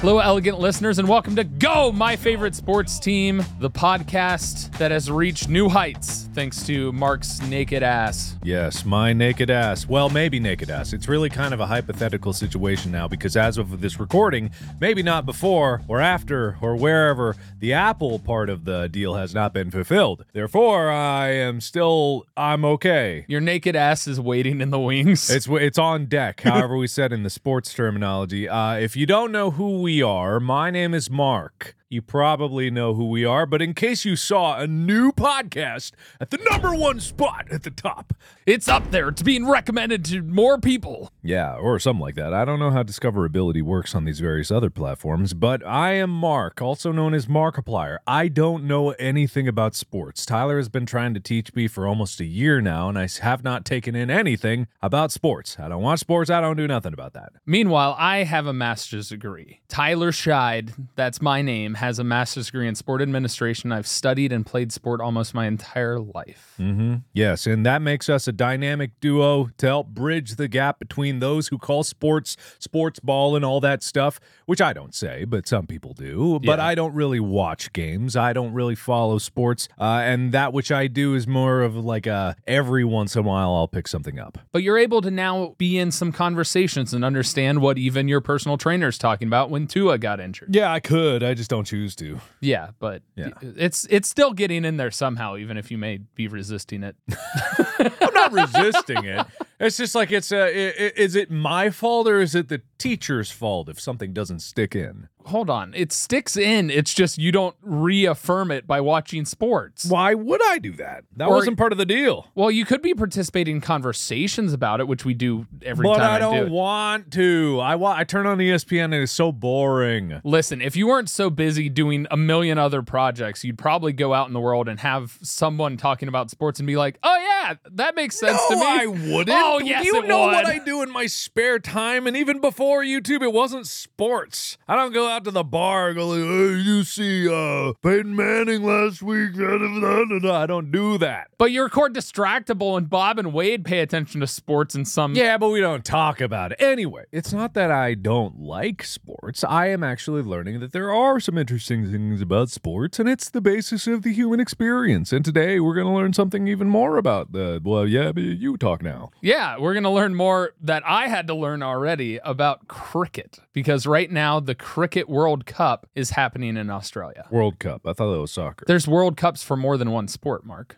Hello, elegant listeners, and welcome to Go, my favorite sports team, the podcast that has reached new heights thanks to Mark's naked ass. Yes, my naked ass. Well, maybe naked ass. It's really kind of a hypothetical situation now because as of this recording, maybe not before or after or wherever, the Apple part of the deal has not been fulfilled. Therefore, I am still I'm okay. Your naked ass is waiting in the wings. It's it's on deck, however we said in the sports terminology. Uh, if you don't know who we are, my name is Mark. You probably know who we are, but in case you saw a new podcast at the number one spot at the top, it's up there. It's being recommended to more people. yeah, or something like that. I don't know how discoverability works on these various other platforms, but I am Mark, also known as Markiplier. I don't know anything about sports. Tyler has been trying to teach me for almost a year now, and I have not taken in anything about sports. I don't watch sports. I don't do nothing about that. Meanwhile, I have a master's degree. Tyler Scheid, that's my name, has a master's degree in sport administration. I've studied and played sport almost my entire life. Mm-hmm. Yes, and that makes us a dynamic duo to help bridge the gap between those who call sports sports ball and all that stuff, which I don't say, but some people do. But Yeah. I don't really watch games. I don't really follow sports, uh, and that which I do is more of like a every once in a while I'll pick something up. But you're able to now be in some conversations and understand what even your personal trainer's talking about when Tua got injured. Yeah, I could. I just don't choose to. Yeah, but Yeah. it's it's still getting in there somehow, even if you may be resisting it. I'm not resisting it. It's just like it's a. i- i- is it my fault or is it the teacher's fault if something doesn't stick in? Hold on. It sticks in. It's just you don't reaffirm it by watching sports. Why would I do that? That Or- wasn't part of the deal. Well, you could be participating in conversations about it, which we do every but time I don't do it. want to. I wa- I turn on E ESPN and it's so boring. Listen, if you weren't so busy doing a million other projects, you'd probably go out in the world and have someone talking about sports and be like, "Oh yeah, that makes sense to me." I wouldn't. Oh, yes, you it know would. what I do in my spare time, and even before YouTube, it wasn't sports. I don't go out to the bar and go like, "Hey, you see, uh, Peyton Manning last week." Da, da, da, da, da." I don't do that. But you're core distractible, and Bob and Wade pay attention to sports in some. Yeah, but we don't talk about it. Anyway, it's not that I don't like sports. I am actually learning that there are some interesting things about sports, and it's the basis of the human experience. And today we're going to learn something even more about the. Well, yeah, but you talk now. Yeah, we're going to learn more that I had to learn already about cricket because right now the Cricket World Cup is happening in Australia. World Cup. I thought that was soccer. There's World Cups for more than one sport, Mark.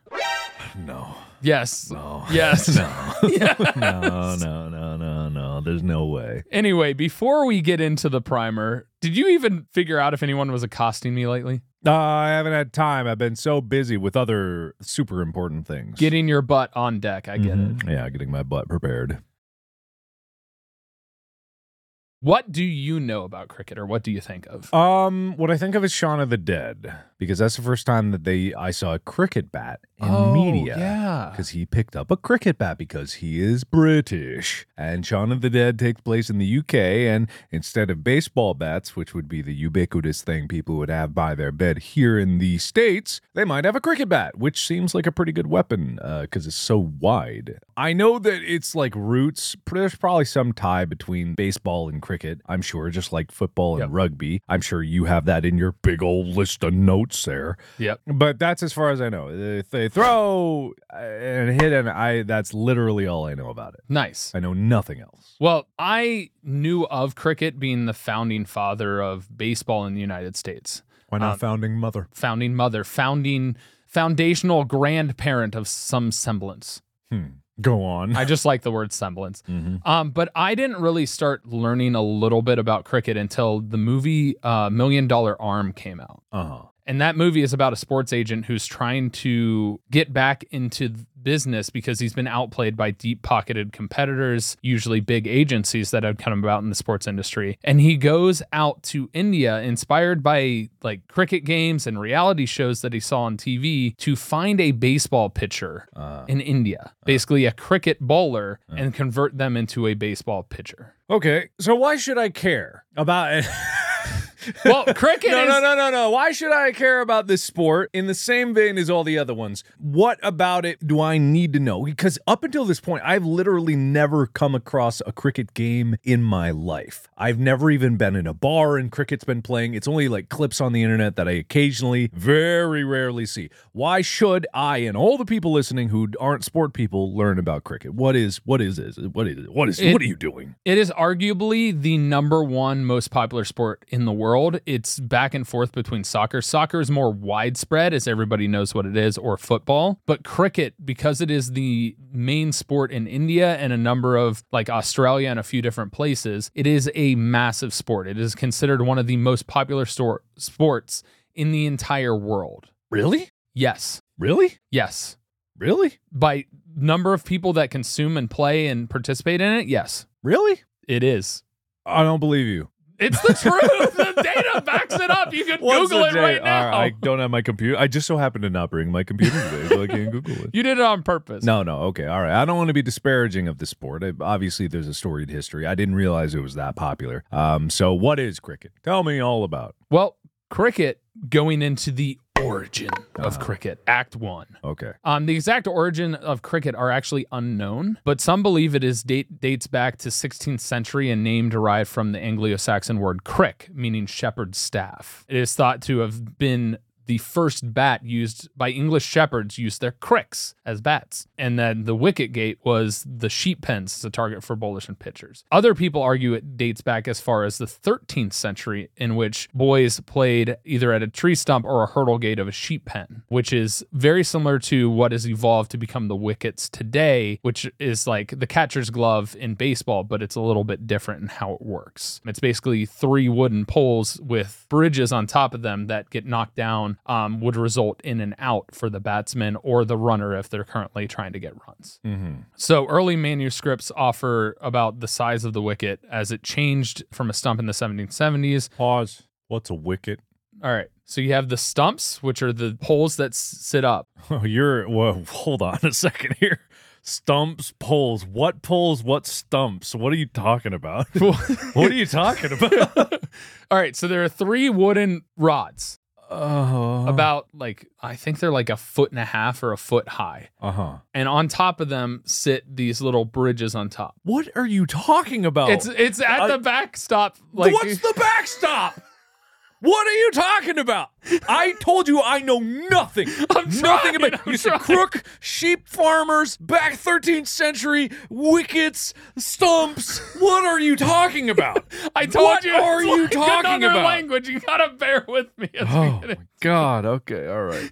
No. Yes. No. Yes. No. no, no, no, no, no. There's no way. Anyway, before we get into the primer, did you even figure out if anyone was accosting me lately? Uh, I haven't had time. I've been so busy with other super important things. Getting your butt on deck, I get it. Mhm. Yeah, getting my butt prepared. What do you know about cricket or what do you think of? Um, what I think of is Shaun of the Dead because that's the first time that they I saw a cricket bat in Oh, media. Yeah. Because he picked up a cricket bat because he is British. And Shaun of the Dead takes place in the UK. And instead of baseball bats, which would be the ubiquitous thing people would have by their bed here in the States, they might have a cricket bat, which seems like a pretty good weapon because it's so wide. I know that it's like roots. There's probably some tie between baseball and cricket, I'm sure, just like football and Yep. rugby. I'm sure you have that in your big old list of notes there. Yep. But that's as far as I know. If they throw uh, and hit, and I that's literally all I know about it. Nice. I know nothing else. Well, I knew of cricket being the founding father of baseball in the United States, Why not founding mother? founding mother, founding foundational grandparent of some semblance. Hmm. Go on. I just like the word semblance. mm-hmm. Um, but I didn't really start learning a little bit about cricket until the movie uh, Million Dollar Arm came out. Uh huh. And that movie is about a sports agent who's trying to get back into th- business because he's been outplayed by deep pocketed competitors, usually big agencies that have come about in the sports industry. And he goes out to India, inspired by like cricket games and reality shows that he saw on TV, to find a baseball pitcher Uh, in India, basically a cricket bowler, Ah. and convert them into a baseball pitcher. okay. So why should I care about Well, cricket No, is no, no, no, no. Why should I care about this sport in the same vein as all the other ones? What about it do I need to know? Because up until this point, I've literally never come across a cricket game in my life. I've never even been in a bar and cricket's been playing. It's only like clips on the internet that I occasionally, very rarely see. Why should I and all the people listening who aren't sport people learn about cricket? What is what is this? What is what is It- what are you doing? It is arguably the number one most popular sport in the world. It's back and forth between soccer. Soccer is more widespread, as everybody knows what it is, or football. But cricket, because it is the main sport in India and a number of like Australia and a few different places, it is a massive sport. It is considered one of the most popular stor- sports in the entire world. Really? Yes. Really? Yes. Really? By number of people that consume and play and participate in it, yes, Really? it is. I don't believe you. It's the truth. the data backs it up. You can What's Google the it date? right All now. right, I don't have my computer. I just so happen to not bring my computer today, so I can't Google it. you did it on purpose. No, no, okay, all right. I don't want to be disparaging of the sport. I- obviously, there's a storied history. I didn't realize it was that popular. Um, so what is cricket? Tell me all about. Well, cricket going into the origin of Uh-huh. cricket, Act One. Okay, Um, the exact origin of cricket are actually unknown, but some believe it is date dates back to 16th century and name derived from the Anglo-Saxon word crick, meaning shepherd's staff. It is thought to have been the first bat used by English shepherds used their cricks as bats. And then the wicket gate was the sheep pens as a target for bowlers and pitchers. Other people argue it dates back as far as the 13th century, in which boys played either at a tree stump or a hurdle gate of a sheep pen, which is very similar to what has evolved to become the wickets today, which is like the catcher's glove in baseball, but it's a little bit different in how it works. It's basically three wooden poles with bridges on top of them that get knocked down, um, would result in an out for the batsman or the runner if they're currently trying to get runs. hmm So early manuscripts offer about the size of the wicket as it changed from a stump in the 1770s. pause. What's a wicket? All right. So you have the stumps, which are the poles that s- sit up. Oh, you're. Well, hold on a second here. Stumps, poles. What poles? What stumps? What are you talking about? what are you talking about? All right. So there are three wooden rods, Oh, about like, I think they're like a foot and a half or a foot high. Uh huh. And on top of them sit these little bridges on top. What are you talking about? It's it's at Oh. I- the backstop. Like What's the backstop? What are you talking about? I told you I know nothing. I'm nothing trying, about I'm you said trying. crook, sheep farmers, back 13th century, wickets, stumps. What are you talking about? I told what you. are it's you like talking another about? Language. You gotta bear with me. It's beginning. Oh, god. Okay. All right.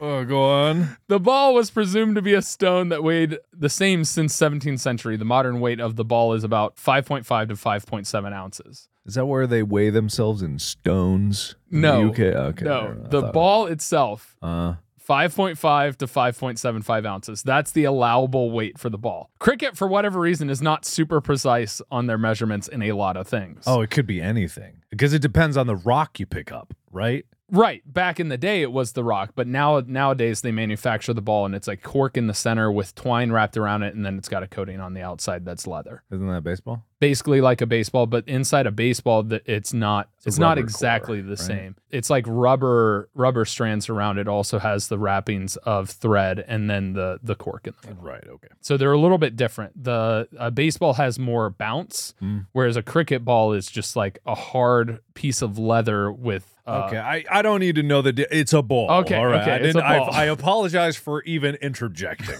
Oh, go on. The ball was presumed to be a stone that weighed the same since 17th century. The modern weight of the ball is about 5.5 to 5.7 ounces. Is that where they weigh themselves in stones? in the No. UK. UK? Okay. no, the ball itself, uh, 5.5 to 5.75 ounces. That's the allowable weight for the ball. Cricket, for whatever reason, is not super precise on their measurements in a lot of things. oh, it could be anything because it depends on the rock you pick up, right? right. Back in the day, it was the rock, but now nowadays they manufacture the ball and it's like cork in the center with twine wrapped around it, and then it's got a coating on the outside that's leather. Isn't that baseball? basically like a baseball, but inside a baseball, that it's not a it's, not rubber exactly core, the right? same. It's like rubber rubber strands around it. Also has the wrappings of thread and then the the cork in the middle. Right. Okay. So they're a little bit different. The a baseball has more bounce, Mm. whereas a cricket ball is just like a hard piece of leather with. Uh, Okay, I, I don't need to know the. Di- it's a ball. Okay, all right. okay, I, it's a I- ball. I, apologize for even interjecting.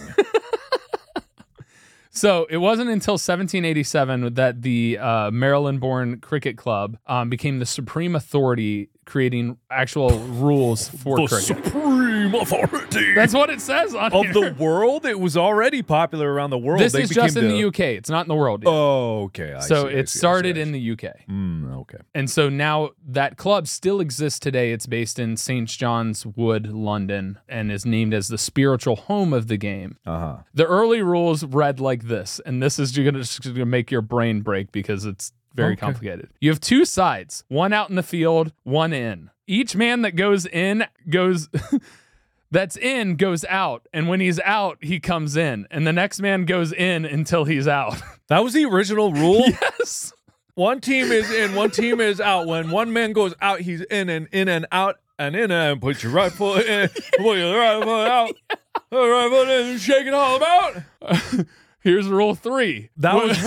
So it wasn't until 1787 that the uh, Maryland-born cricket club um, became the supreme authority, creating actual rules for the cricket. supreme authority That's what it says on of here. the world. It was already popular around the world. This They is became just in the UK. It's not in the world. yet. Oh, okay. I so see, I see, I it see, started I see. in the UK. Mm, okay. And so now that club still exists today. It's based in St. John's Wood, London, and is named as the spiritual home of the game. Uh huh. The early rules read like this, and this is going to make your brain break because it's very Okay. complicated. You have two sides, one out in the field, one in. Each man that goes in goes that's in goes out, and when he's out, he comes in, and the next man goes in until he's out. That was the original rule. yes. One team is in, one team is out. When one man goes out, he's in and in and out and in and put your right foot in, put your right foot out, put your right foot in, and shake it all about. Here's rule three. That was, that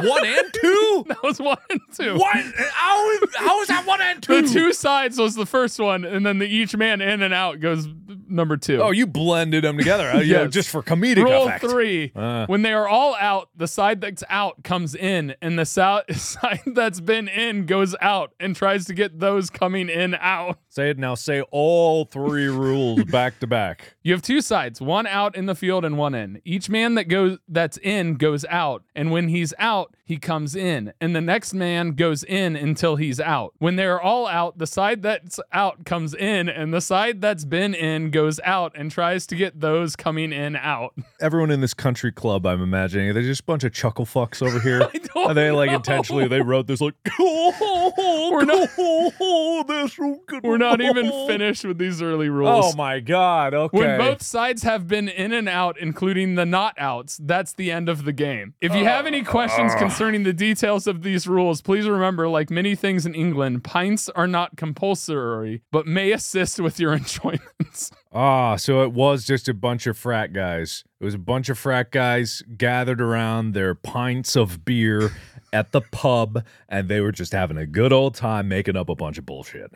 was one and two. that was one and two. What? How is, how is that one and two? The two sides was the first one, and then the each man in and out goes number two. Oh, you blended them together. Uh, yeah, Yes. just for comedic Rule effect. three: Uh. When they are all out, the side that's out comes in, and the sou- side that's been in goes out and tries to get those coming in out. Say it now. Say all three rules back to back. You have two sides, one out in the field and one in. Each man that goes that's in goes out, and when he's out, he comes in, and the next man goes in until he's out. When they're all out, the side that's out comes in, and the side that's been in goes out and tries to get those coming in out. Everyone in this country club, I'm imagining, they're just a bunch of chuckle fucks over here. I don't Are they like know. intentionally? They wrote this like, oh, We're not- this good. We're not even finished with these early rules. Oh my god. Okay. When both sides have been in and out, including the not outs, that's the end of the game. If you have Uh, any questions concerning the details of these rules, please remember like many things in England, pints are not compulsory, but may assist with your enjoyments. Ah, so it was just a bunch of frat guys. It was a bunch of frat guys gathered around their pints of beer at the pub, and they were just having a good old time making up a bunch of bullshit.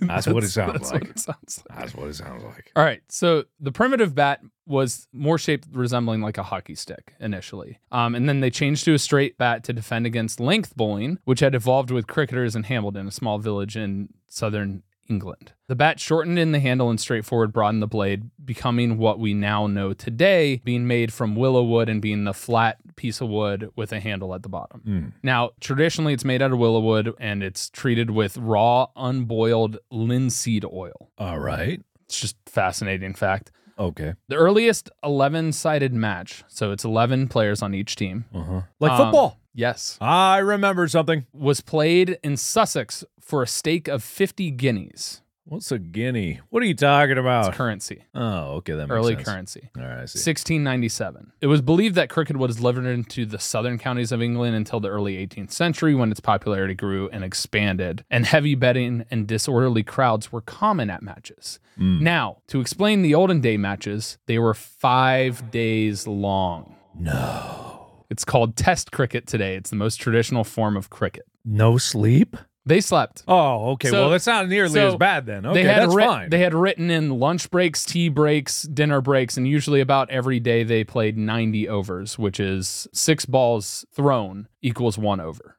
That's, what it sounds That's like. what it sounds like. That's what it sounds like. All right. So the primitive bat was more shaped resembling like a hockey stick initially. Um, and then they changed to a straight bat to defend against length bowling, which had evolved with cricketers in Hambledon, a small village in southern England. The bat shortened in the handle and straightforward broadened the blade, becoming what we now know today, being made from willow wood and being the flat piece of wood with a handle at the bottom. Mm. Now, traditionally, it's made out of willow wood and it's treated with raw, unboiled linseed oil. All right. It's just fascinating fact. Okay. The earliest 11 sided match, so it's 11 players on each team. Uh huh. Like Um, football. Yes. I remember something. Was played in Sussex for a stake of 50 guineas. What's a guinea? What are you talking It's about? currency, oh, okay. That makes early sense. currency. All right. I see. 1697. It was believed that cricket was delivered into the southern counties of England until the early 18th century when its popularity grew and expanded, and heavy betting and disorderly crowds were common at matches. Mm. Now, to explain the olden day matches, they were five days long. No. It's called test cricket today. It's the most traditional form of cricket. No sleep. They slept. Oh, okay. So- well, that's not nearly so as bad then. Okay, they had that's writ- fine. They had written in lunch breaks, tea breaks, dinner breaks, and usually about every day they played 90 overs, which is six balls thrown equals one over.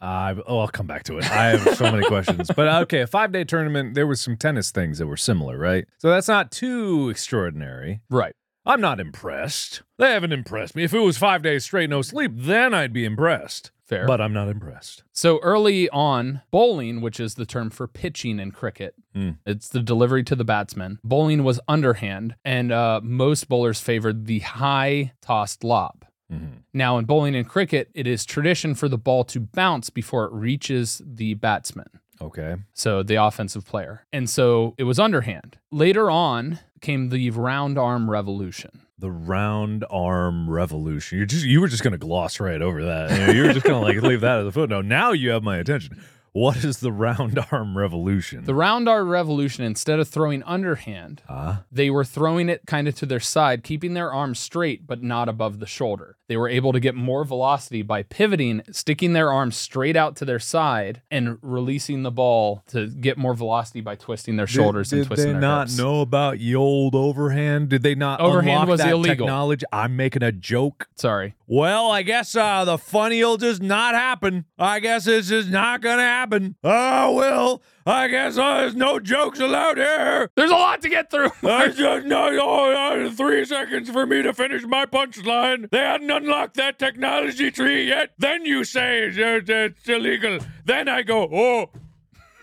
I oh, I'll come back to it. I have so many questions. But uh, okay, a five day tournament. There was some tennis things that were similar, right? So that's not too extraordinary. Right. I'm not impressed. They haven't impressed me. If it was five days straight, no sleep, then I'd be impressed. Fair. But I'm not impressed. so early on, bowling, which is the term for pitching in cricket, Hmm. it's the delivery to the batsman. Bowling was underhand, and uh, most bowlers favored the high tossed lob. Mhm. Now, in bowling and cricket, it is tradition for the ball to bounce before it reaches the batsman, Okay. so the offensive player. And so it was underhand. Later on came the round arm revolution. The round arm revolution. You just you were just gonna gloss right over that. You, know, you were just gonna like leave that as a footnote. Now you have my attention. What is the round arm revolution? The round arm revolution, instead of throwing underhand, Ah, they were throwing it kind of to their side, keeping their arm straight but not above the shoulder. They were able to get more velocity by pivoting, sticking their arm straight out to their side, and releasing the ball to get more velocity by twisting their shoulders did, and twisting they their not hips. know about the old overhand? Did they not Overhand unlock was that illegal. technology? I'm making a joke. Sorry. Well, I guess uh, the funny'll just not happen. I guess it's just not gonna happen. Oh well, I guess uh, there's no jokes allowed here. There's a lot to get through. There's just no oh, uh, three seconds for me to finish my punchline. They hadn't unlocked that technology tree yet. Then you say it's, it's, it's illegal. Then I go, oh,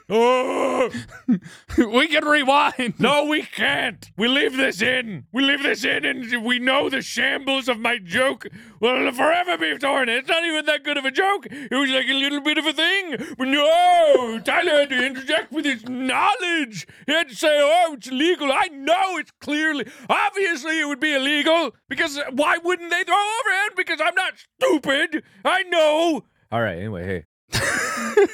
oh. we can rewind. No, we can't. We leave this in. We leave this in, and we know the shambles of my joke will forever be torn. It's not even that good of a joke. It was like a little bit of a thing. But no, Tyler had to interject with his knowledge. He had to say, oh, it's illegal. I know it's clearly, obviously, it would be illegal because why wouldn't they throw overhand? Because I'm not stupid. I know. All right. Anyway, hey.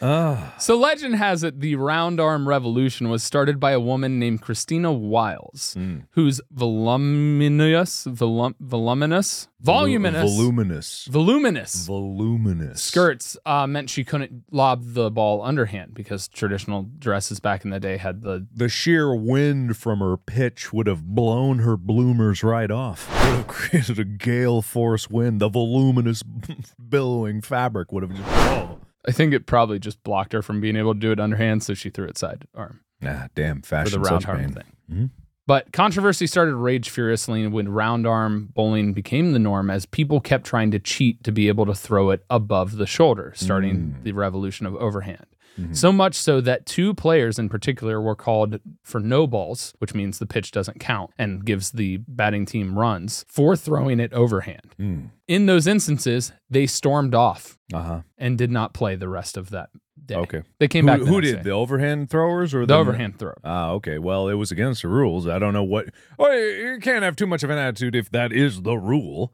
uh, So legend has it the round arm revolution was started by a woman named Christina Wiles, mm. who's voluminous, volum, voluminous, voluminous, Voluminous. voluminous Voluminous. skirts uh, meant she couldn't lob the ball underhand because traditional dresses back in the day had the. The sheer wind from her pitch would have blown her bloomers right off. Would have created a gale force wind. The voluminous, billowing fabric would have just. Oh. I think it probably just blocked her from being able to do it underhand, so she threw it side arm Nah, damn for fashion. the round such arm pain. thing. Mhm. But controversy started to rage furiously when round arm bowling became the norm as people kept trying to cheat to be able to throw it above the shoulder, starting Mm. the revolution of overhand. Mhm. So much so that two players in particular were called for no balls, which means the pitch doesn't count and gives the batting team runs for throwing it overhand. Mm. In those instances, they stormed off Uh huh. and did not play the rest of that day. Okay. They came who back. the who next did day. the overhand throwers or the, the, overhand throw? Ah, okay. Well, it was against the rules. I don't know what. Oh, you you can't have too much of an attitude if that is the rule.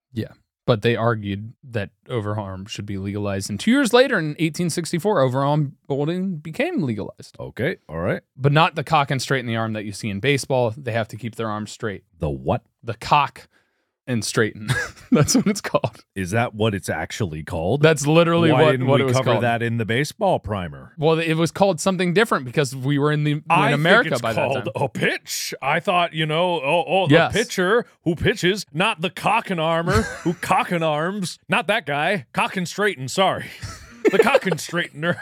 but they argued that overarm should be legalized. And two years later, in 1864, overarm bowling became legalized, Okay. All right. but not the cock and straighten the arm that you see in baseball. They have to keep their arms straight. The what The cock and straighten. That's what it's called. is that? What it's actually called? That's literally Why what, didn't what we it was cover called. that in the baseball primer? Well, it was called something different because we were in the in I America think it's by called that time. a pitch. I thought you know, oh, oh, the Yes. pitcher who pitches, not the cock and armor who cock and arms, not that guy, cock and straighten. Sorry, the cock and straightener.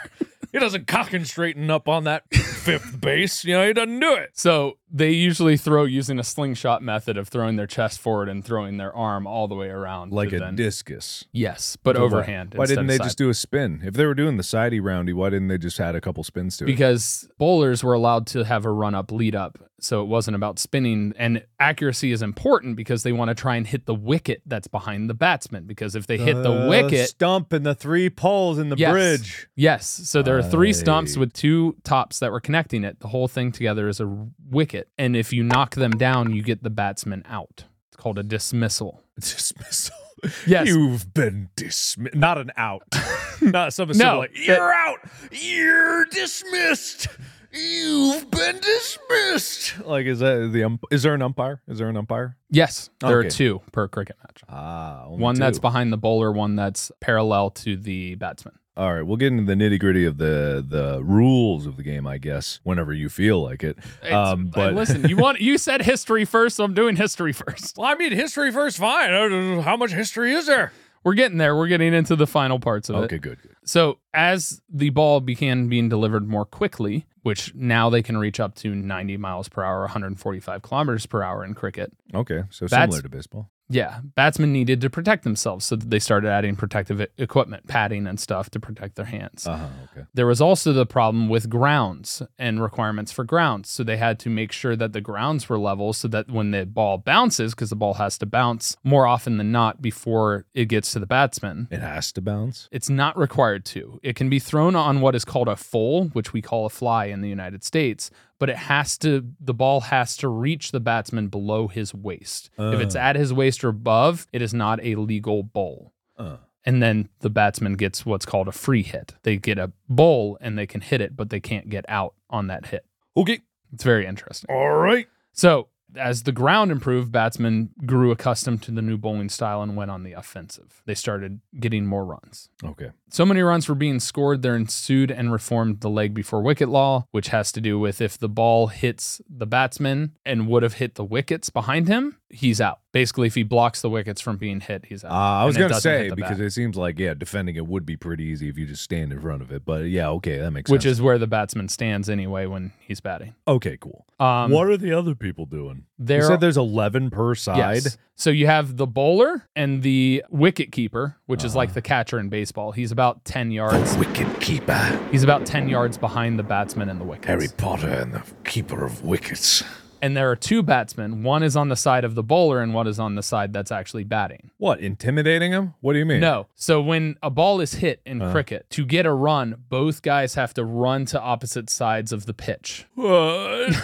He doesn't cock and straighten up on that fifth base. You know, he doesn't do it. So they usually throw using a slingshot method of throwing their chest forward and throwing their arm all the way around. Like to a then- discus. yes, but Why- overhand. Why instead didn't of they side. just do a spin? If they were doing the sidey roundy, why didn't they just add a couple spins to it? because bowlers were allowed to have a run up lead up so it wasn't about spinning and accuracy is important because they want to try and hit the wicket that's behind the batsman because if they hit Uh, the wicket stump, and the three poles in the Yes. bridge. yes so there are three stumps Aye. with two tops that were connecting it the whole thing together is a wicket and if you knock them down you get the batsman out it's called a dismissal Dismissal. Yes. You've been dismissed. Not an out. Not something No, simple like, that- you're out. You're dismissed. You've been dismissed. Like, is that the ump- is there an umpire? Is there an umpire? yes there Okay. are two per cricket match Ah, only one that's two. behind the bowler one that's parallel to the batsman All right, we'll get into the nitty gritty of the the rules of the game, I guess, whenever you feel like it. Um, It's- listen, you want you said history first, so I'm doing history first. Well, I mean, history first, fine. Uh, How much history is there? We're getting there. We're getting into the final parts of Okay, it. good, good. So as the ball began being delivered more quickly, which now they can reach up to 90 miles per hour, 145 kilometers per hour in cricket. Okay, so That's- similar to baseball. Yeah, batsmen needed to protect themselves, so they started adding protective e- equipment, padding and stuff to protect their hands. Uh huh. Okay. There was also the problem with grounds and requirements for grounds. So they had to make sure that the grounds were level so that when the ball bounces, because the ball has to bounce more often than not before it gets to the batsman, It has to bounce. it's not required to. It can be thrown on what is called a full, which we call a fly in the United States, but it has to, the ball has to reach the batsman below his waist. If it's Uh. at his waist or above, it is not a legal bowl Uh, and then the batsman gets what's called a free hit. They get a bowl and they can hit it, but they can't get out on that hit. okay. It's very interesting. All right. So, as the ground improved, batsmen grew accustomed to the new bowling style and went on the offensive. They started getting more runs. Okay. So many runs were being scored, there ensued and reformed the leg before wicket law, which has to do with if the ball hits the batsman and would have hit the wickets behind him, he's out. Basically, if he blocks the wickets from being hit, he's Uh, out. I was And it gonna doesn't hit say the because bat. it seems like yeah, defending it would be pretty easy if you just stand in front of it. But yeah, okay, that makes which sense. is where the batsman stands anyway when he's batting. okay, cool. Um, what are the other people doing? You There, said there's eleven per yes. side. So you have the bowler and the wicket keeper, which is like Uh-huh. the catcher in baseball. He's about ten yards. Wicket keeper, He's about ten yards behind the batsman and the wickets. Potter, and the keeper of wickets. And there are two batsmen. One is on the side of the bowler, and one is on the side that's actually batting. What intimidating him? What do you mean? No. So when a ball is hit in Uh-huh. cricket, to get a run, both guys have to run to opposite sides of the pitch. What?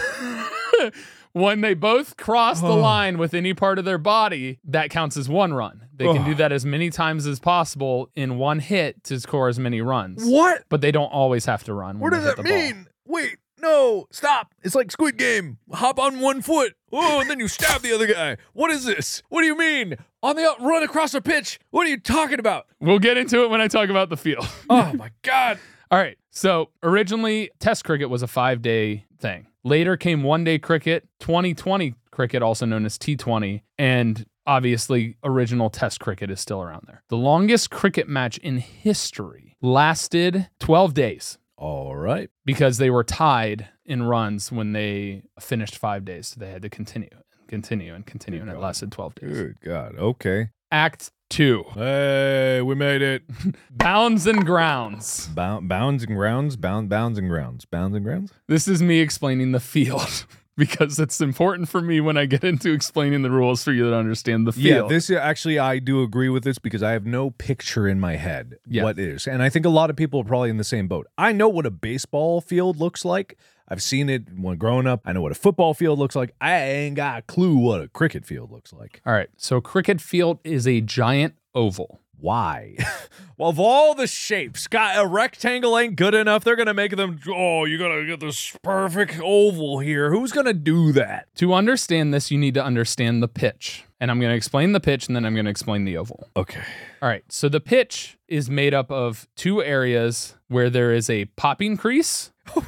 when they both cross the Oh. line with any part of their body, that counts as one run. They can Oh. do that as many times as possible in one hit to score as many runs. What? But they don't always have to run. What when does Mm, they hit that the ball. mean? Wait, no, stop. It's like Squid Game. Hop on one foot. Oh, and then you stab the other guy. What is this? What do you mean? On the out- run across the pitch. What are you talking about? We'll get into it when I talk about the field. Oh my god. All right. So originally, test cricket was a five day thing. Later came one day cricket, 2020 cricket, also known as T20. And obviously, original test cricket is still around there. The longest cricket match in history lasted 12 days All right. because they were tied in runs when they finished five days. So they had to continue and continue and continue. And it lasted 12 days. Good god. Okay. Act two Hey, we made it. Bounds and Grounds. Bound, bounds and grounds, bound, bounds and grounds, bounds and grounds. This is me explaining the field because it's important for me when I get into explaining the rules for you to understand the Yeah, field. this actually I do agree with this because I have no picture in my head Yeah. what is, and I think a lot of people are probably in the same boat. I know what a baseball field looks like. I've seen it when growing up. I know what a football field looks like. I ain't got a clue what a cricket field looks like. All right. So, cricket field is a giant oval. Why? well, of all the shapes, got a rectangle ain't good enough. They're gonna make them. Oh, you gotta get this perfect oval here. Who's gonna do that? To understand this, you need to understand the pitch. And I'm going to explain the pitch and then I'm going to explain the oval. Okay. All right. So, the pitch is made up of two areas where there is a popping crease.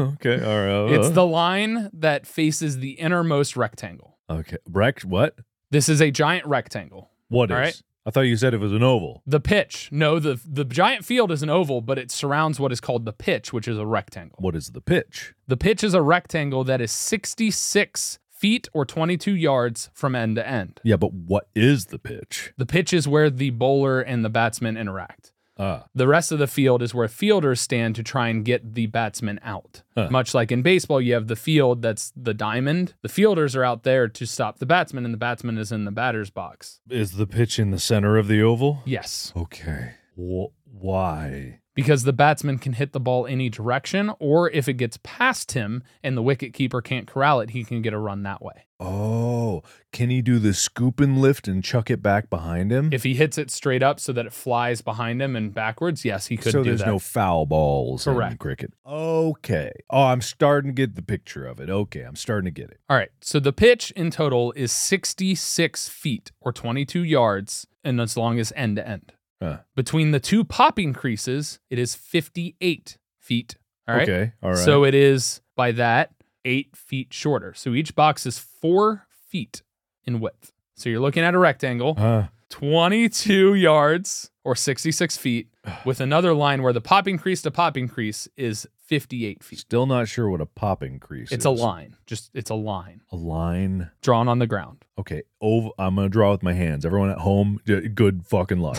Okay. All right. uh, It's the line that faces the innermost rectangle. uh, okay. Rec. What? This is a giant rectangle. What is? All right. I thought you said it was an oval. The pitch. No, the the giant field is an oval, but it surrounds what is called the pitch, which is a rectangle. What is the pitch? The pitch is a rectangle that is 66 feet or 22 yards from end to end. Yeah, but what is the pitch? The pitch is where the bowler and the batsman interact. Ah, The rest of the field is where fielders stand to try and get the batsman out. Huh. Much like in baseball, you have the field that's the diamond. The fielders are out there to stop the batsman, and the batsman is in the batter's box. is the pitch in the center of the oval? Yes, Okay. Wh- why? because the batsman can hit the ball any direction, or if it gets past him and the wicket keeper can't corral it, he can get a run that way. Oh, can he do the scoop and lift and chuck it back behind him? If he hits it straight up so that it flies behind him and backwards, yes, he could so do there's that. no foul balls in Correct. cricket. Okay. Oh, I'm starting to get the picture of it. Okay, I'm starting to get it. All right. So the pitch in total is 66 feet or 22 yards, and as long as end to end. Huh. Between the two popping creases, it is 58 feet. All right. Okay. All right. So it is by that eight feet shorter. So each box is four feet in width. So you're looking at a rectangle. Huh. 22 yards or 66 feet with another line where the popping crease to popping crease is 58 feet. still not sure what a popping crease It's is. a line. Just it's a line A line. drawn on the ground. Okay, oval. I'm gonna draw with my hands. Everyone at home, j- good fucking luck.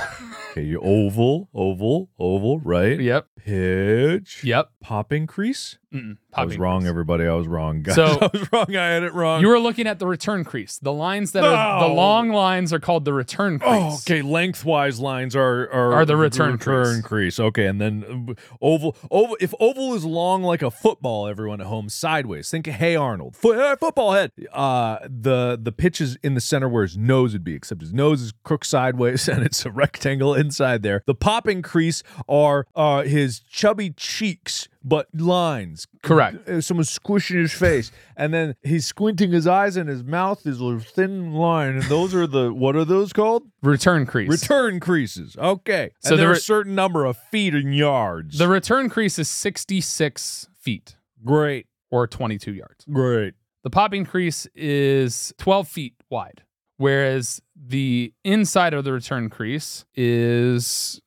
okay, you oval, oval, oval, right? Yep. Pitch. Yep. Pop increase. Mm-mm. I was Popping wrong, crease. everybody. I was wrong. Guys. So- I was wrong. I had it wrong. You were looking at the return crease. The lines that are the No. long lines are called the return crease. Oh, okay. Lengthwise lines are are, Are the return return crease. Okay, and then uh, oval oval. If oval is long like a football, everyone at home sideways. Think, hey Arnold, Fo- uh, football head. Uh, the the pitch is in the center where his nose would be, except his nose is crooked sideways and it's a rectangle inside there. The popping crease are uh, his chubby cheeks, but lines Correct. uh, someone's squishing his face, and then he's squinting his eyes, and his mouth is a thin line, and those are the what are those called? Return crease. Return creases. Okay, So so and the there are a re- certain number of feet and yards. the return crease is 66 feet great, or 22 yards. great. The popping crease is 12 feet wide, whereas the inside of the return crease is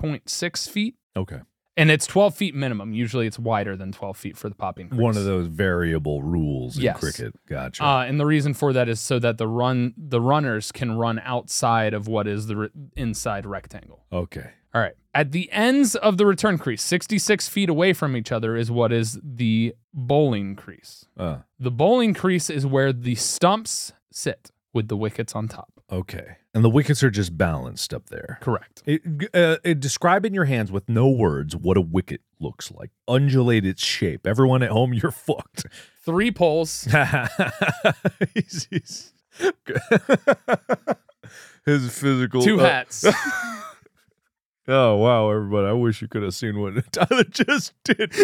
8.6 feet. Okay, And it's 12 feet minimum. Usually it's wider than 12 feet for the popping crease. one of those variable rules in Yes. cricket. Gotcha. Uh, and the reason for that is so that the run the runners can run outside of what is the re- inside rectangle. okay. All right. At the ends of the return crease, 66 feet away from each other is what is the bowling crease. Uh, The bowling crease is where the stumps sit with the wickets on top. Okay. And the wickets are just balanced up there. Correct. It, uh, it, describe in your hands with no words what a wicket looks like. Undulate its shape. Everyone at home, you're fucked. Three poles. He's- he's- His physical. Two uh, hats. Oh wow, everybody! I wish you could have seen what Tyler just did.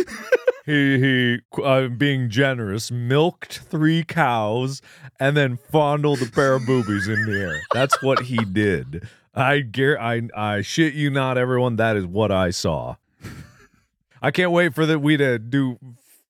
he he, I'm being generous. Milked three cows and then fondled a pair of boobies in the air. That's what he did. I gar- I I shit you not, everyone. That is what I saw. I can't wait for that we to do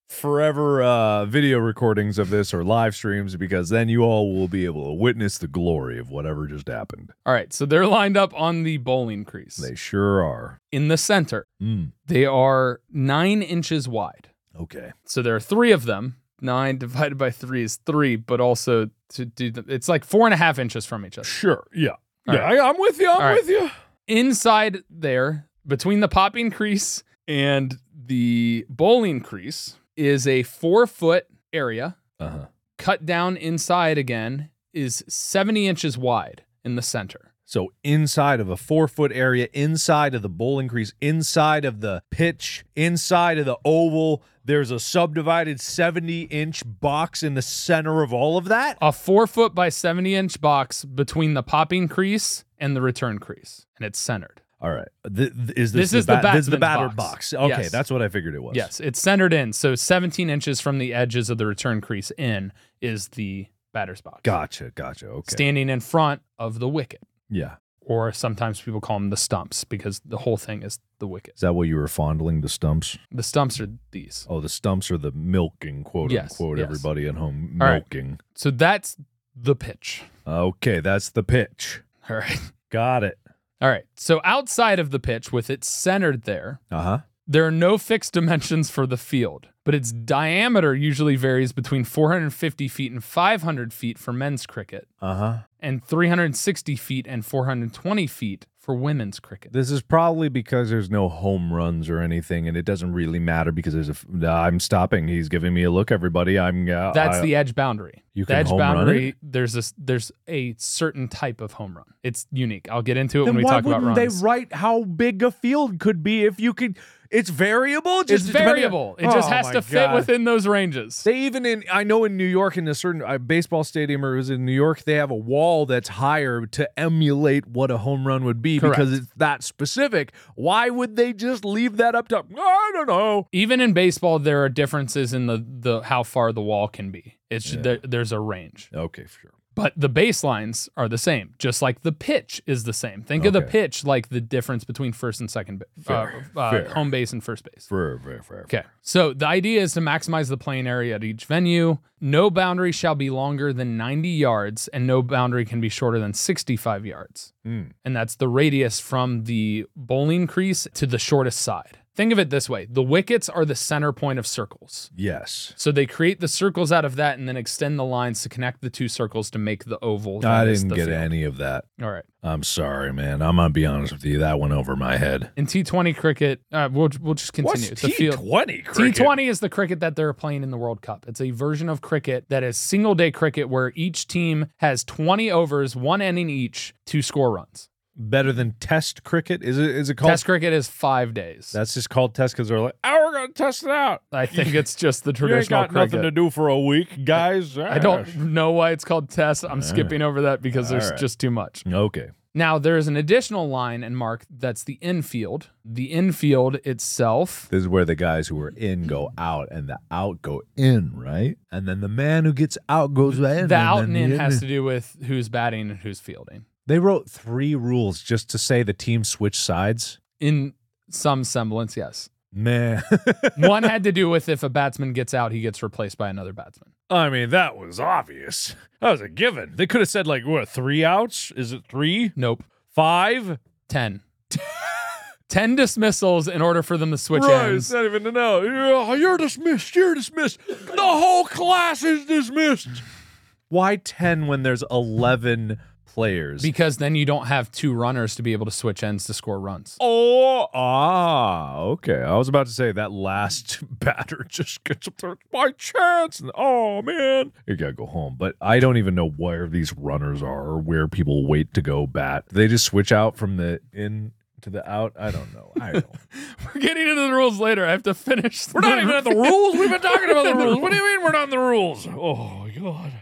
forever uh, video recordings of this or live streams because then you all will be able to witness the glory of whatever just happened. All right. So they're lined up on the bowling crease. They sure are. In the center, Mm, they are nine inches wide. okay. So there are three of them. Nine divided by three is three, but also to do the, it's like four and a half inches from each other. Sure. Yeah. All yeah. I, I'm with you. I'm All right. with you. Inside there, between the popping crease and the bowling crease, is a four foot area. Uh huh. Cut down inside again is 70 inches wide in the center. So inside of a four foot area, inside of the bowling crease, inside of the pitch, inside of the oval, there's a subdivided 70 inch box in the center of all of that. A four foot by 70 inch box between the popping crease and the return crease, and it's centered. All right. Th- th- is This this, is the the, bat- this is the batsman's batter box. box? Okay, Yes. that's what I figured it was. Yes, it's centered in. So 17 inches from the edges of the return crease in is the batter's box. Gotcha. Gotcha. Okay. Standing in front of the wicket, yeah. or sometimes people call them the stumps because the whole thing is the wicket. Is that what you were fondling the stumps? The stumps are these. Oh, the stumps are the milking, quote Yes, unquote. yes. Everybody at home All right. milking. So that's the pitch. Okay, that's the pitch. All right. Got it. All right. So outside of the pitch, with it centered there, Uh huh. there are no fixed dimensions for the field, but its diameter usually varies between 450 feet and 500 feet for men's cricket. Uh huh. and 360 feet and 420 feet for women's cricket. This is probably because there's no home runs or anything, and it doesn't really matter because there's a. F- Nah, I'm stopping. He's giving me a look. Everybody, I'm. Uh, That's I- the edge boundary. You The can edge home run boundary. There's a there's a certain type of home run. It's unique. I'll get into it Then when we why talk about wouldn't runs. they write how big a field could be if you could? It's variable. it's Just depending on- variable. It just Oh has my to fit God. within those ranges. They even in I know in New York in a certain uh, baseball stadium or it was in New York they have a wall that's higher to emulate what a home run would be Correct. because it's that specific. Why would they just leave that up to? I don't know. Even in baseball, there are differences in the the how far the wall can be. It's ju- Yeah. there, there's a range, Okay, sure. but the baselines are the same. Just like the pitch is the same. Think of the Okay. pitch like the difference between first and second, ba- uh, Fair, uh, fair. home base and first base. Fair, fair, fair. Okay. So the idea is to maximize the playing area at each venue. No boundary shall be longer than 90 yards, and no boundary can be shorter than 65 yards. Hmm. And that's the radius from the bowling crease to the shortest side. Think of it this way the wickets are the center point of circles. Yes. So they create the circles out of that and then extend the lines to connect the two circles to make the oval. I that is didn't the get field. any of that. All right. I'm sorry, man. I'm gonna be honest with you. That went over my head. In T20 cricket, uh, we'll, we'll just continue. It's a field- T20 T20 is the cricket that they're playing in the World Cup. It's a version of cricket that is single day cricket where each team has 20 overs, one inning each, to score runs. Better than test cricket? Is it? Is it called? Test cricket is five days. That's just called test because they're like, oh, we're gonna test it out. I think it's just the You ain't traditional got nothing to cricket. do for a week, guys. I don't know why it's called test. I'm skipping over that because there's All right. just too much. Okay. Now, there is an additional line and mark that's the infield. The infield itself, This is where the guys who are in go out, and the out go in, right? And then the man who gets out goes in. the out and in has to do with who's batting and who's fielding They wrote three rules just to say the team switched sides. in some semblance, yes. Man. One had to do with if a batsman gets out, he gets replaced by another batsman. I mean, that was obvious. That was a given. They could have said, like, what, three outs? Is it three? Nope. Five? 10. 10 dismissals in order for them to switch Right, ends. it's not even to know. Yeah, You're dismissed. You're dismissed. The whole class is dismissed. Why 10 when there's 11 players. because then you don't have two runners to be able to switch ends to score runs. Oh, ah, okay. I was about to say that last batter just gets up there, my chance. And, oh, man. You got to go home. But I don't even know where these runners are or where people wait to go bat. They just switch out from the in to the out. I don't know. I don't. We're getting into the rules later. I have to finish. we're not even at the rules. We've been talking about the rules. What do you mean we're not in the rules? Oh, God.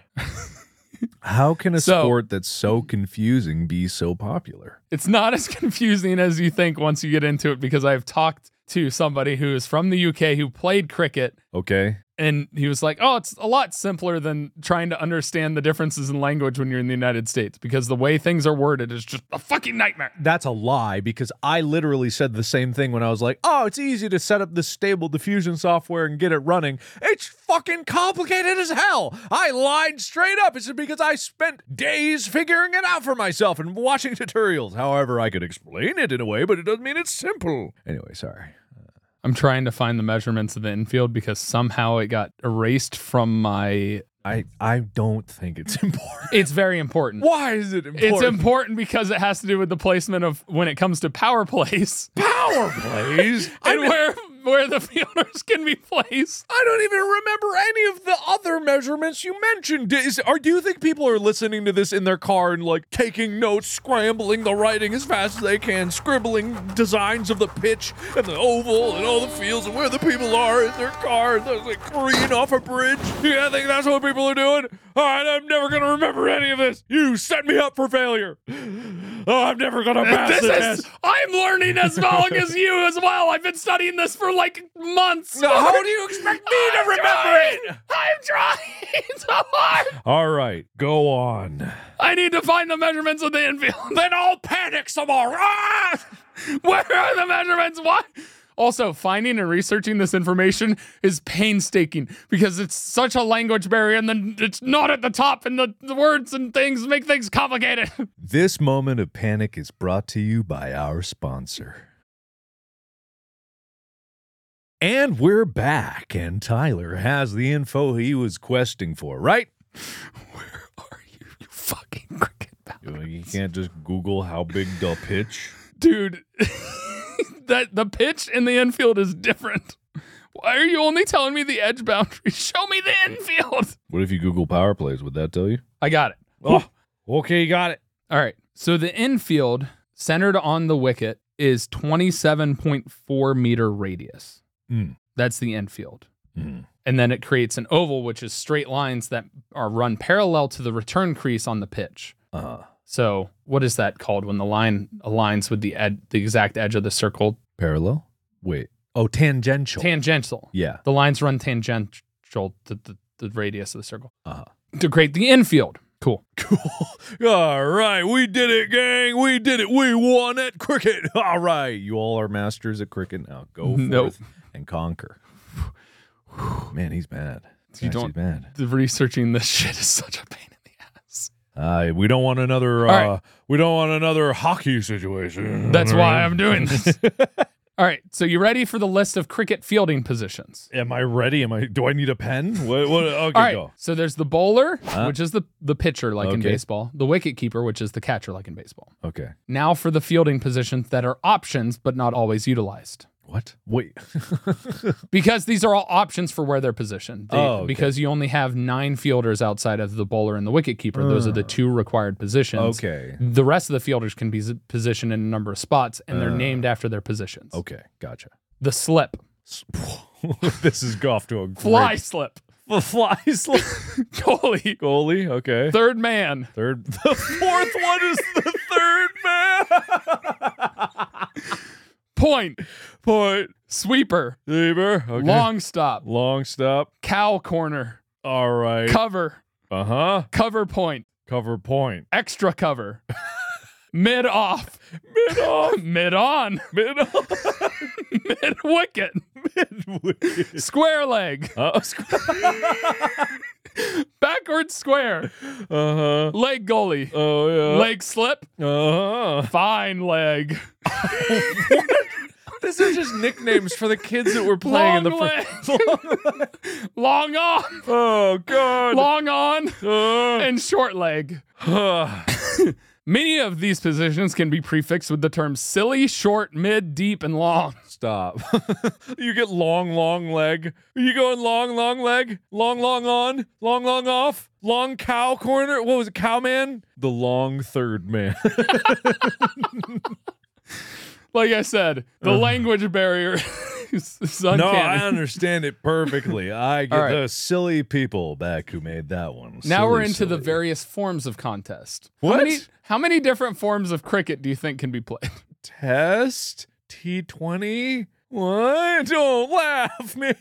How can a So- sport that's so confusing be so popular? It's not as confusing as you think once you get into it because I've talked to somebody who is from the UK who played cricket Okay. and he was like, "Oh, it's a lot simpler than trying to understand the differences in language when you're in the United States because the way things are worded is just a fucking nightmare." that's a lie because I literally said the same thing when I was like, oh, it's easy to set up this stable diffusion software and get it running. It's fucking complicated as hell. I lied straight up. It's because I spent days figuring it out for myself and watching tutorials. However, I could explain it in a way, but it doesn't mean it's simple. Anyway, sorry. I'm trying to find the measurements of the infield because somehow it got erased from my I, I don't think it's important. It's very important. Why is it important? It's important because it has to do with the placement of when it comes to power plays power plays. and where where the fielders can be placed. I don't even remember any of the other measurements you mentioned. Is, are do you think people are listening to this in their car and like taking notes, scrambling the writing as fast as they can, scribbling designs of the pitch and the oval and all the fields and where the people are in their car and they're like careening off a bridge? Yeah, I think that's what people are doing. All right, I'm never gonna remember any of this. You set me up for failure. Oh, I'm never gonna pass This this. is I'm learning as long as you as well. I've been studying this for like months. No, how do you expect me to I'm remember it? trying. I'm trying so hard. All right, go on. I need to find the measurements of the infield. Then I'll panic some more. Ah! Where are the measurements? What? Also, finding and researching this information is painstaking because it's such a language barrier and then it's not at the top and the, the words and things make things complicated. This moment of panic is brought to you by our sponsor. And we're back, and Tyler has the info he was questing for, right? Where are you, you fucking cricket bat? You can't just Google how big the pitch. Dude, that the pitch in the infield is different. Why are you only telling me the edge boundary? Show me the infield. What if you Google power plays? Would that tell you? I got it. Oh, okay, you got it. All right. So the infield centered on the wicket is 27.4 meter radius. Mm. That's the infield. Mm. And then it creates an oval, which is straight lines that are run parallel to the return crease on the pitch. Uh, So what is that called when the line aligns with the ed- the exact edge of the circle? parallel? Wait. Oh, tangential. Tangential. yeah. The lines run tangential to the, the radius of the circle Uh-huh. to create the infield. Cool. All right, we did it, gang. We did it. We won at cricket. All right, you all are masters at cricket now. Go Nope. forth and conquer. Man, he's bad. You Guys, don't- he's bad. The researching this shit is such a pain in the ass. Uh, we don't want another. Uh, All We don't want another hockey situation. That's why I'm doing this. All right, so you ready for the list of cricket fielding positions? Am I ready? Am I? Do I need a pen? What? what okay, All right, go. so there's the bowler, Huh? which is the the pitcher, like in Okay. baseball, the wicket keeper, which is the catcher, like in baseball. Okay. Now for the fielding positions that are options but not always utilized, What? Wait. because these are all options for where they're positioned. They- Oh, okay. Because you only have nine fielders outside of the bowler and the wicket keeper; those are the two required positions. Mm. okay. The rest of the fielders can be s- positioned in a number of spots, and they're named after their positions. Uh, Okay. Gotcha. The slip, this is off to a fly slip. Great... Fly slip. goalie, Goalie. Okay. third man, Third, the fourth one is the third man. point, Point, sweeper, Lieber. Okay. long stop, long stop. cow corner, All right. cover, uh huh. cover point, Cover point. extra cover, mid off, Mid off. mid on, Mid off. mid wicket, Mid. square leg, Uh backward square, huh. leg goalie, Uh-huh. Oh leg slip, yeah. Uh huh. fine leg, These are just nicknames for the kids that were long leg, long off, Oh god. Uh-huh. long on, and short leg. Uh, Many of these positions can be prefixed with the terms silly, short, mid, deep, and long. Stop. you get long, long leg. Are you going long, long leg? Long, long on? Long, long off? Long cow corner? What was it? Cowman? The long third man. Like I said, the language barrier is, is uncanny. no, I understand it perfectly. I get All right. the silly people back who made that one. now Silly, we're into the silly. various forms of contest. How What? many, how many different forms of cricket do you think can be played? test T20. What? Don't laugh, man.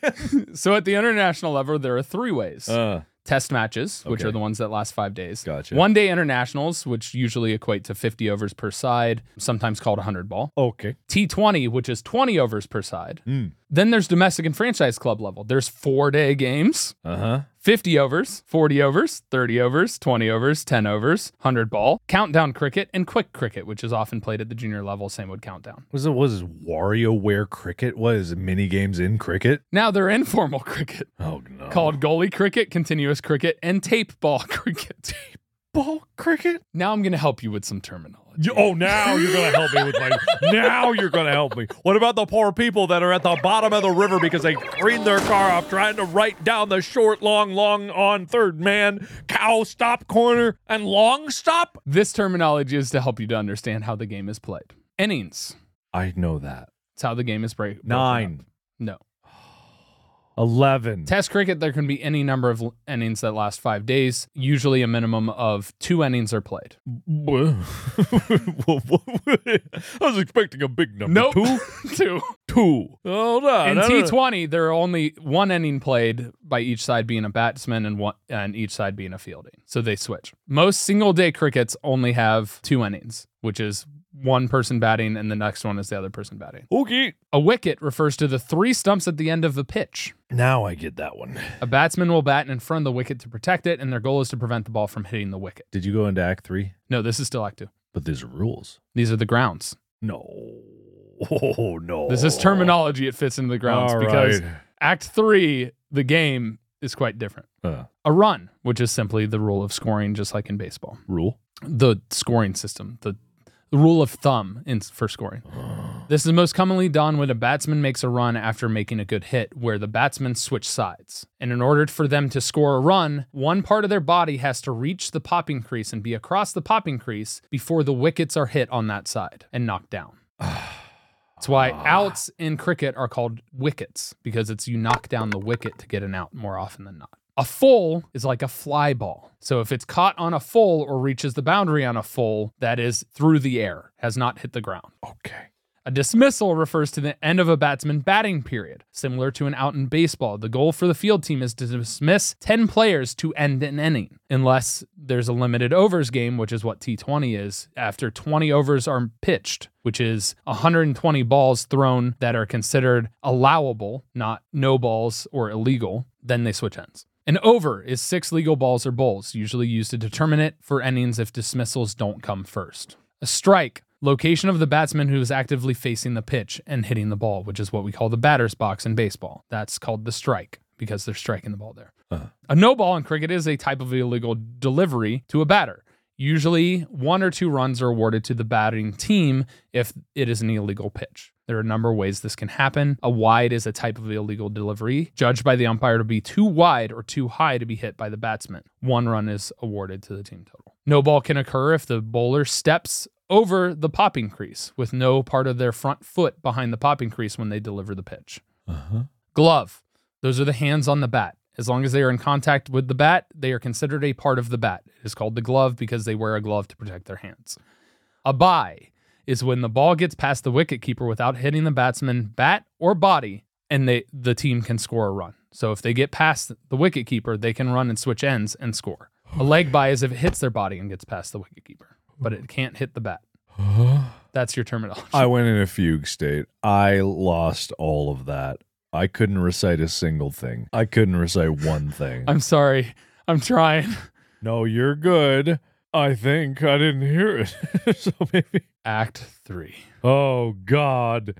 so at the international level, there are three ways. Uh, test matches, which Okay. are the ones that last five days. Gotcha. One day internationals, which usually equate to 50 overs per side, sometimes called 100 ball. okay. T20, which is 20 overs per side. Hmm. Then there's domestic and franchise club level. There's four day games. Uh huh. 50 overs, 40 overs, 30 overs, 20 overs, 10 overs, 100 ball, countdown cricket, and quick cricket, which is often played at the junior level, same with countdown. Was it was WarioWare cricket? What is it, mini games in cricket? Now, there are informal cricket Oh no. called goalie cricket, continuous cricket, and tape ball cricket. ball cricket? Now, I'm going to help you with some terminology. oh, now you're gonna help me with my. now you're gonna help me. What about the poor people that are at the bottom of the river because they cleaned their car off trying to write down the short, long, long on third man, cow stop corner, and long stop? This terminology is to help you to understand how the game is played. Innings. I know that. It's how the game is break. broken up. Nine. No. Eleven. Test cricket, there can be any number of l- innings that last five days. Usually a minimum of two innings are played. Wha- wha- wha- I was expecting a big number. Nope. Two? two. Two. Hold on. In I don't- T20, there are only one inning played by each side being a batsman and one and each side being a fielding. So they switch. Most single day crickets only have two innings, which is one person batting and the next one is the other person batting. Okay. A wicket refers to the three stumps at the end of the pitch. Now I get that one. A batsman will bat in front of the wicket to protect it, and their goal is to prevent the ball from hitting the wicket. Did you go into Act Three? No, this is still Act Two. But there's rules. These are the grounds. No. Oh no. This is terminology. It fits into the grounds because right. Act Three, the game, is quite different. Uh, A run, which is simply the rule of scoring, just like in baseball, rule. the scoring system, the, the rule of thumb in, for scoring. This is most commonly done when a batsman makes a run after making a good hit, where the batsmen switch sides. And in order for them to score a run, one part of their body has to reach the popping crease and be across the popping crease before the wickets are hit on that side and knocked down. That's why outs in cricket are called wickets because it's you knock down the wicket to get an out more often than not. A full is like a fly ball. So if it's caught on a full or reaches the boundary on a full, that is through the air, has not hit the ground. Okay. A dismissal refers to the end of a batsman batting period. Similar to an out in baseball, the goal for the field team is to dismiss 10 players to end an inning, unless there's a limited overs game, which is what T20 is, after 20 overs are pitched, which is 120 balls thrown that are considered allowable, not no balls or illegal, then they switch ends. An over is six legal balls or bowls, usually used to determine it for innings if dismissals don't come first. A strike, location of the batsman who is actively facing the pitch and hitting the ball, which is what we call the batter's box in baseball. That's called the strike because they're striking the ball there. A no ball in cricket is a type of illegal delivery to a batter. Usually, one or two runs are awarded to the batting team if it is an illegal pitch. There are a number of ways this can happen. A wide is a type of illegal delivery, judged by the umpire to be too wide or too high to be hit by the batsman. One run is awarded to the team total. No ball can occur if the bowler steps over the popping crease with no part of their front foot behind the popping crease when they deliver the pitch. Uh huh. Glove. Those are the hands on the bat. As long as they are in contact with the bat, they are considered a part of the bat. It is called the glove because they wear a glove to protect their hands. A bye is when the ball gets past the wicketkeeper without hitting the batsman, bat or body, and they the team can score a run. So if they get past the wicketkeeper, they can run and switch ends and score. A leg bye is if it hits their body and gets past the wicketkeeper, but it can't hit the bat. That's your terminology. Uh-huh. I went in a fugue state. I lost all of that. I couldn't recite a single thing. I couldn't recite one thing. I'm sorry. I'm trying. no, you're good. I think I didn't hear it. so maybe. Act 3. Oh God.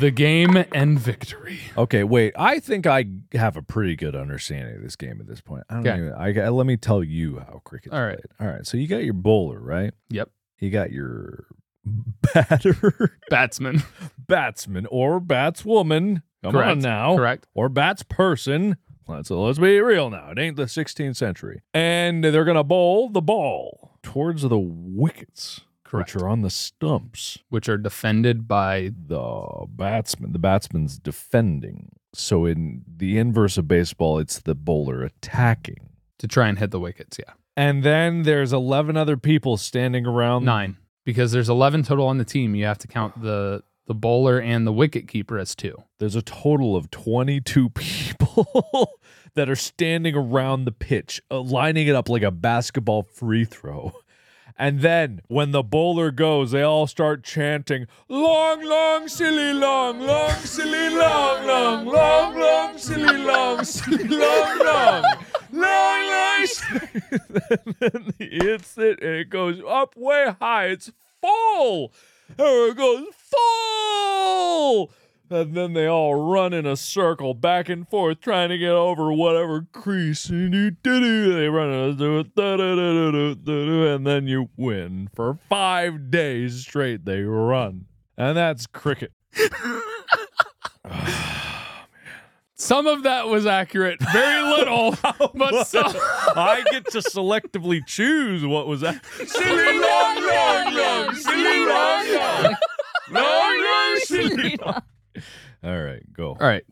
The game and victory. Okay, wait. I think I have a pretty good understanding of this game at this point. I don't Okay. even, I, I- let me tell you how cricket's All right. played. All right. So you got your bowler, right? Yep. You got your batter, Batsman. batsman, or batswoman. Come on Correct. now. Correct. Or batsperson. Let's let's be real now. It ain't the 16th century. And they're gonna bowl the ball towards the wickets, Correct. which are on the stumps. Which are defended by the batsman the batsman's defending so in the inverse of baseball it's the bowler attacking to try and hit the wickets. Yeah. and then there's 11 other people standing around Nine. Because there's 11 total on the team. You have to count the, the bowler and the wicket keeper as two. there's a total of 22 people that are standing around the pitch uh, lining it up like a basketball free throw and then when the bowler goes they all start chanting long long silly long long silly long long long long silly long silly long long long long silly." then he hits it and it goes up way high it's full there it goes full and then they all run in a circle back and forth trying to get over whatever crease. And you do They run in a circle, da-da-da-da-da-da-da, and then you win. For five days straight, they run. And that's cricket. Some of that was accurate. Very little. but some. I get to selectively choose what was that. Silly long, long, long, silly long, long. Long, long, silly Uh, long. All right, go. All right.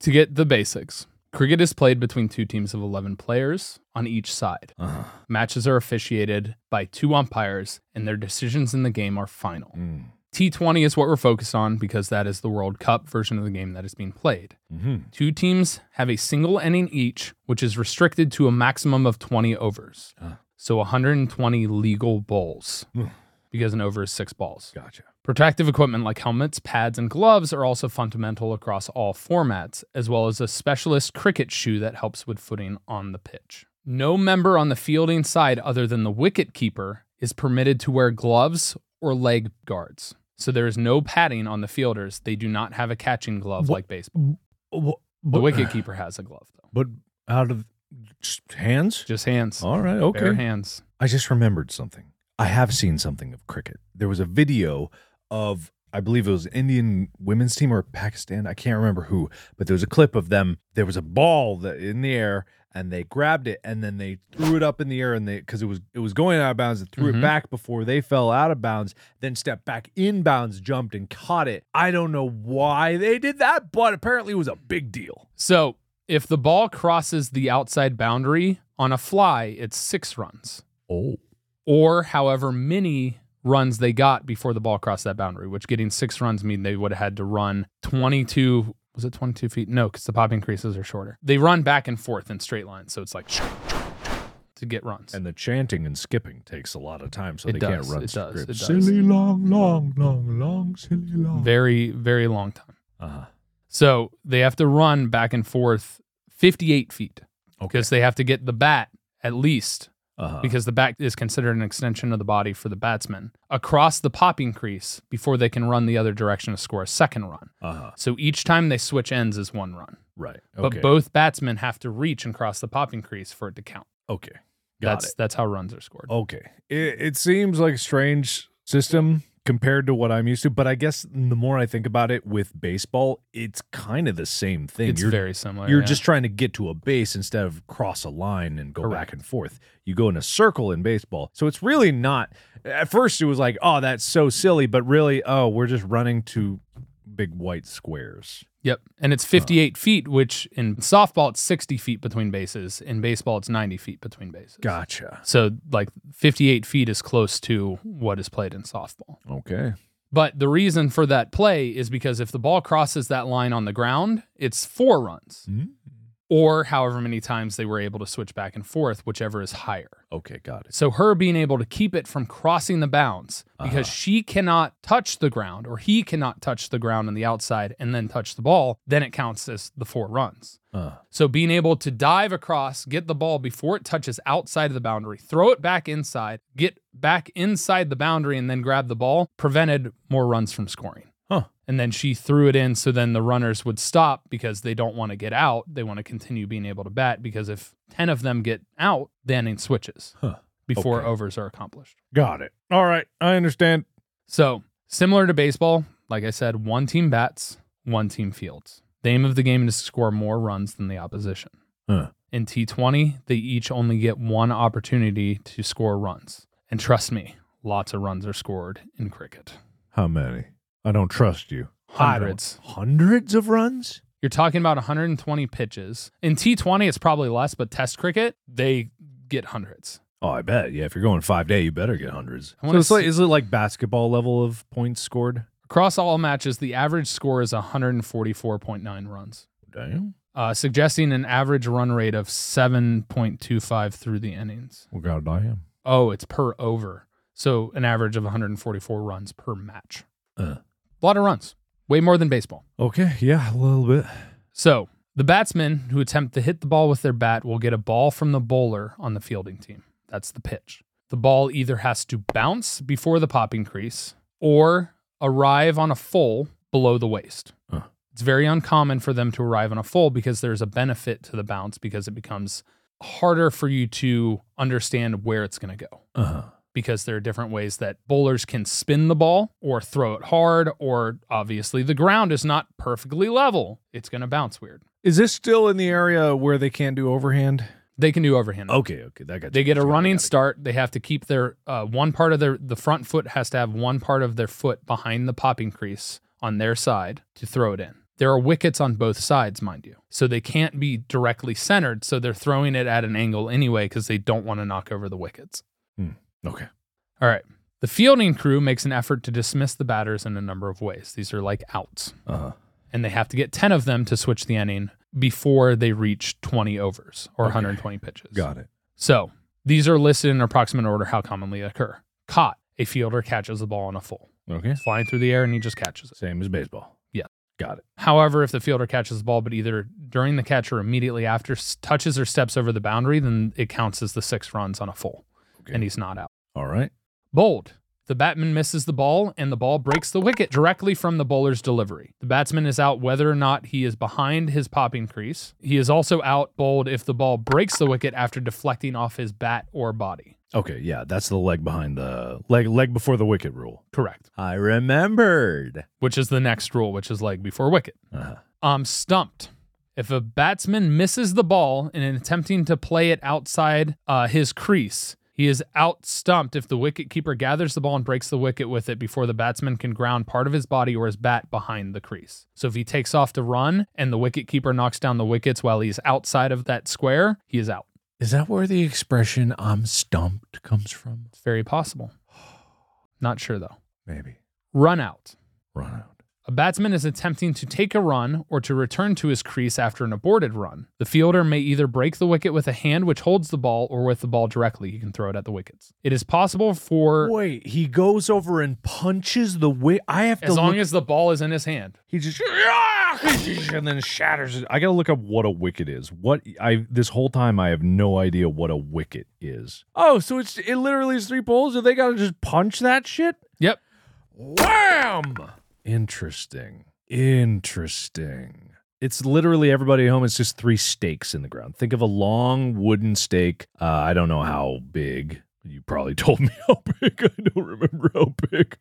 To get the basics, cricket is played between two teams of 11 players on each side. Uh-huh. Matches are officiated by two umpires, and their decisions in the game are final. Mm. T20 is what we're focused on because that is the World Cup version of the game that is being played. Mhm. Two teams have a single inning each, which is restricted to a maximum of 20 overs. Ah. So 120 legal bowls Mm. because an over is six balls. Gotcha. Protective equipment like helmets, pads, and gloves are also fundamental across all formats, as well as a specialist cricket shoe that helps with footing on the pitch. No member on the fielding side, other than the wicket keeper, is permitted to wear gloves or leg guards. So there is no padding on the fielders. They do not have a catching glove Wha- like baseball. The wicket keeper has a glove, though. But out of just hands? Just hands. All right, Oh, okay. Bare hands. I just remembered something. I have seen something of cricket. There was a video of I believe it was Indian women's team or Pakistan. I can't remember who, but there was a clip of them. There was a ball that in the air and they grabbed it and then they threw it up in the air and they because it was it was going out of bounds and threw it Mhm. back before they fell out of bounds, then stepped back in bounds, jumped and caught it. I don't know why they did that, but apparently it was a big deal. So if the ball crosses the outside boundary on a fly, it's six runs. Oh. or however many runs they got before the ball crossed that boundary, which getting six runs mean they would have had to run 22. Was it 22 feet? No, because the pop increases are shorter. They run back and forth in straight lines. So it's like to get runs. And the chanting and skipping takes a lot of time, so It they can't does, run it does, scripts. it does. Silly long, long, long, long, silly long. very, very long time. uh-huh. So they have to run back and forth 58 feet Okay. because they have to get the bat at least Uh-huh. because the bat is considered an extension of the body for the batsman across the popping crease before they can run the other direction to score a second run. uh-huh. So each time they switch ends is one run. Right. But Okay. both batsmen have to reach and cross the popping crease for it to count. okay. Got That's it. Oh, that's how runs are scored. Okay. It, it seems like a strange system compared to what I'm used to, but I guess the more I think about it with baseball, it's kind of the same thing. it's you're very similar. you're yeah. just trying to get to a base instead of cross a line and go back Correct. and forth. You go in a circle in baseball. So it's really not at first it was like, "Oh, that's so silly," but really, "Oh, we're just running to big white squares." yep, and Uh. it's 58 feet, which in softball it's 60 feet between bases. In baseball, it's 90 feet between bases. Gotcha. So like 58 feet is close to what is played in softball. Okay. But the reason for that play is because if the ball crosses that line on the ground, it's four runs, or however many times they were able to switch back and forth, whichever is higher. Okay, got it. So her being able to keep it from crossing the bounds because Uh-huh. she cannot touch the ground or he cannot touch the ground on the outside and then touch the ball, then it counts as the four runs. Uh, So being able to dive across, get the ball before it touches outside of the boundary, throw it back inside, get back inside the boundary and then grab the ball prevented more runs from scoring. Huh. and then she threw it in so then the runners would stop because they don't want to get out they want to continue being able to bat because if 10 of them get out the inning switches Huh. before Okay. overs are accomplished Got it. All right. I understand. so similar to baseball like i said one team bats one team fields the aim of the game is to score more runs than the opposition Huh. in t20 they each only get one opportunity to score runs and trust me lots of runs are scored in cricket How many? I don't trust you. I don't- hundreds Hundreds of runs? You're talking about 120 pitches. In T20, it's probably less, but test cricket, they get hundreds. Oh, I bet. Yeah, if you're going five day, you better get hundreds. I So wanna it's like, see- is it like basketball level of points scored? Across all matches, the average score is 144.9 runs, Damn. uh, suggesting an average run rate of 7.25 through the innings. Well, God damn. Oh, it's per over. So an average of 144 runs per match. Uh. A lot of runs, way more than baseball. Okay. Yeah, a little bit. So the batsmen who attempt to hit the ball with their bat will get a ball from the bowler on the fielding team. That's the pitch. The ball either has to bounce before the popping crease or arrive on a full below the waist. Huh. It's very uncommon for them to arrive on a full because there's a benefit to the bounce because it becomes harder for you to understand where it's going to go Uh huh. because there are different ways that bowlers can spin the ball or throw it hard, or obviously the ground is not perfectly level. It's going to bounce weird. Is this still in the area where they can't do overhand? They can do overhand. Okay. Okay. That got They you. get a Just gotta- running gotta- start. They have to keep their uh, one part of their the front foot has to have one part of their foot behind the popping crease on their side to throw it in. There are wickets on both sides, mind you, so they can't be directly centered. So they're throwing it at an angle anyway because they don't want to knock over the wickets. Okay. All right. The fielding crew makes an effort to dismiss the batters in a number of ways. These are like outs, Uh huh. and they have to get 10 of them to switch the inning before they reach 20 overs or Okay. 120 pitches. Got it. So these are listed in approximate order how commonly they occur. Caught, a fielder catches the ball on a full, Okay. flying through the air, and he just catches it. Same as baseball. Yeah. Got it. However, if the fielder catches the ball, but either during the catch or immediately after s- touches or steps over the boundary, then it counts as the six runs on a full, Okay. and he's not out. All right. Bold. The batman misses the ball and the ball breaks the wicket directly from the bowler's delivery. The batsman is out whether or not he is behind his popping crease. He is also out bold if the ball breaks the wicket after deflecting off his bat or body. Okay. Yeah. That's the leg behind the leg leg before the wicket rule. Correct. I remembered. which is the next rule, which is leg before wicket. Uh huh. Um, stumped. If a batsman misses the ball in attempting to play it outside uh, his crease, he is out stumped if the wicketkeeper gathers the ball and breaks the wicket with it before the batsman can ground part of his body or his bat behind the crease. So if he takes off to run and the wicketkeeper knocks down the wickets while he's outside of that square, he is out. Is that where the expression "I'm stumped" comes from? It's very possible. Not sure though. Maybe. Run out. Run out. A batsman is attempting to take a run or to return to his crease after an aborted run. The fielder may either break the wicket with a hand which holds the ball or with the ball directly. He can throw it at the wickets. It is possible for Wait, he goes over and punches the wicket. I have as long as the ball is in his hand. he just and then shatters it. I gotta look up what a wicket is. What I this whole time I have no idea what a wicket is. Oh, so it's it literally is three poles, and they gotta just punch that shit. Yep. Wham! Interesting. Interesting. It's literally everybody at home. It's just three stakes in the ground. Think of a long wooden stake. Uh, I don't know how big. You probably told me how big. I don't remember how big.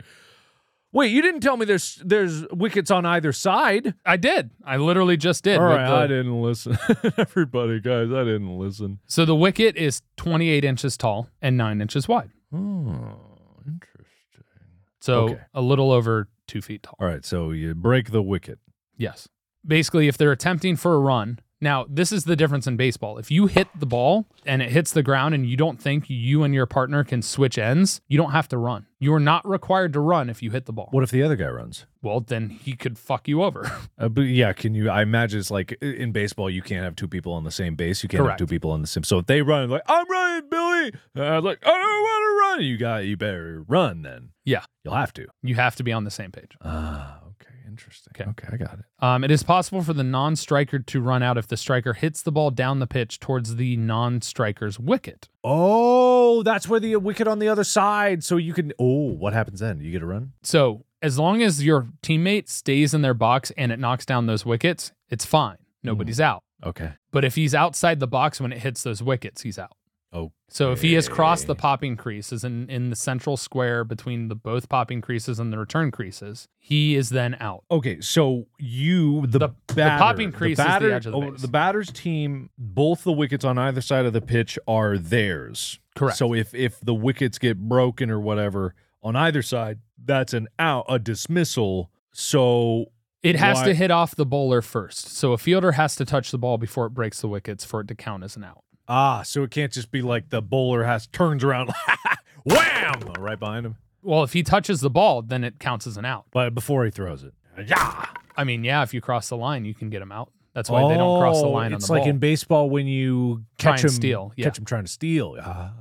Wait, you didn't tell me there's there's wickets on either side. I did. I literally just did. All with right, the- I didn't listen. everybody, guys, I didn't listen. So the wicket is 28 inches tall and 9 inches wide. Oh, interesting. So Okay. a little over 2 feet tall. All right, so you break the wicket. Yes. Basically, if they're attempting for a run, now this is the difference in baseball. If you hit the ball and it hits the ground and you don't think you and your partner can switch ends, you don't have to run. You are not required to run if you hit the ball. What if the other guy runs? Well, then he could fuck you over. Uh, but yeah, can you? I imagine it's like i- in baseball, you can't have two people on the same base. You can't Correct. have two people on the same. So if they run, like I'm running, Billy, uh, like I don't want to run. You got, you better run then. Yeah. you'll have to. you have to be on the same page. Ah, okay, interesting. Okay. okay, I got it. Um, it is possible for the non striker to run out if the striker hits the ball down the pitch towards the non striker's wicket. Oh, that's where the wicket on the other side. So you can. Oh, what happens then? You get a run. So as long as your teammate stays in their box and it knocks down those wickets, it's fine. Nobody's out. Okay. But if he's outside the box when it hits those wickets, he's out. Oh. So if he has crossed the Okay. popping creases in, in the central square between the both popping creases and the return creases, he is then out. Okay, so you the, The- batter, popping crease is the batter- edge of the oh, base. the batter's team. Both the wickets on either side of the pitch are theirs. Correct. So if if the wickets get broken or whatever on either side, that's an out, a dismissal. So It has Why- to hit off the bowler first. So a fielder has to touch the ball before it breaks the wickets for it to count as an out. ah, so it can't just be like the bowler has turns around, wham, right behind him, Well, if he touches the ball, then it counts as an out. but before he throws it. Yeah. I mean, yeah, if you cross the line, you can get him out. That's why they don't cross the Oh, line on It's the like ball. in baseball when you Try catch and him steal, yeah. catch him trying to steal. Ah,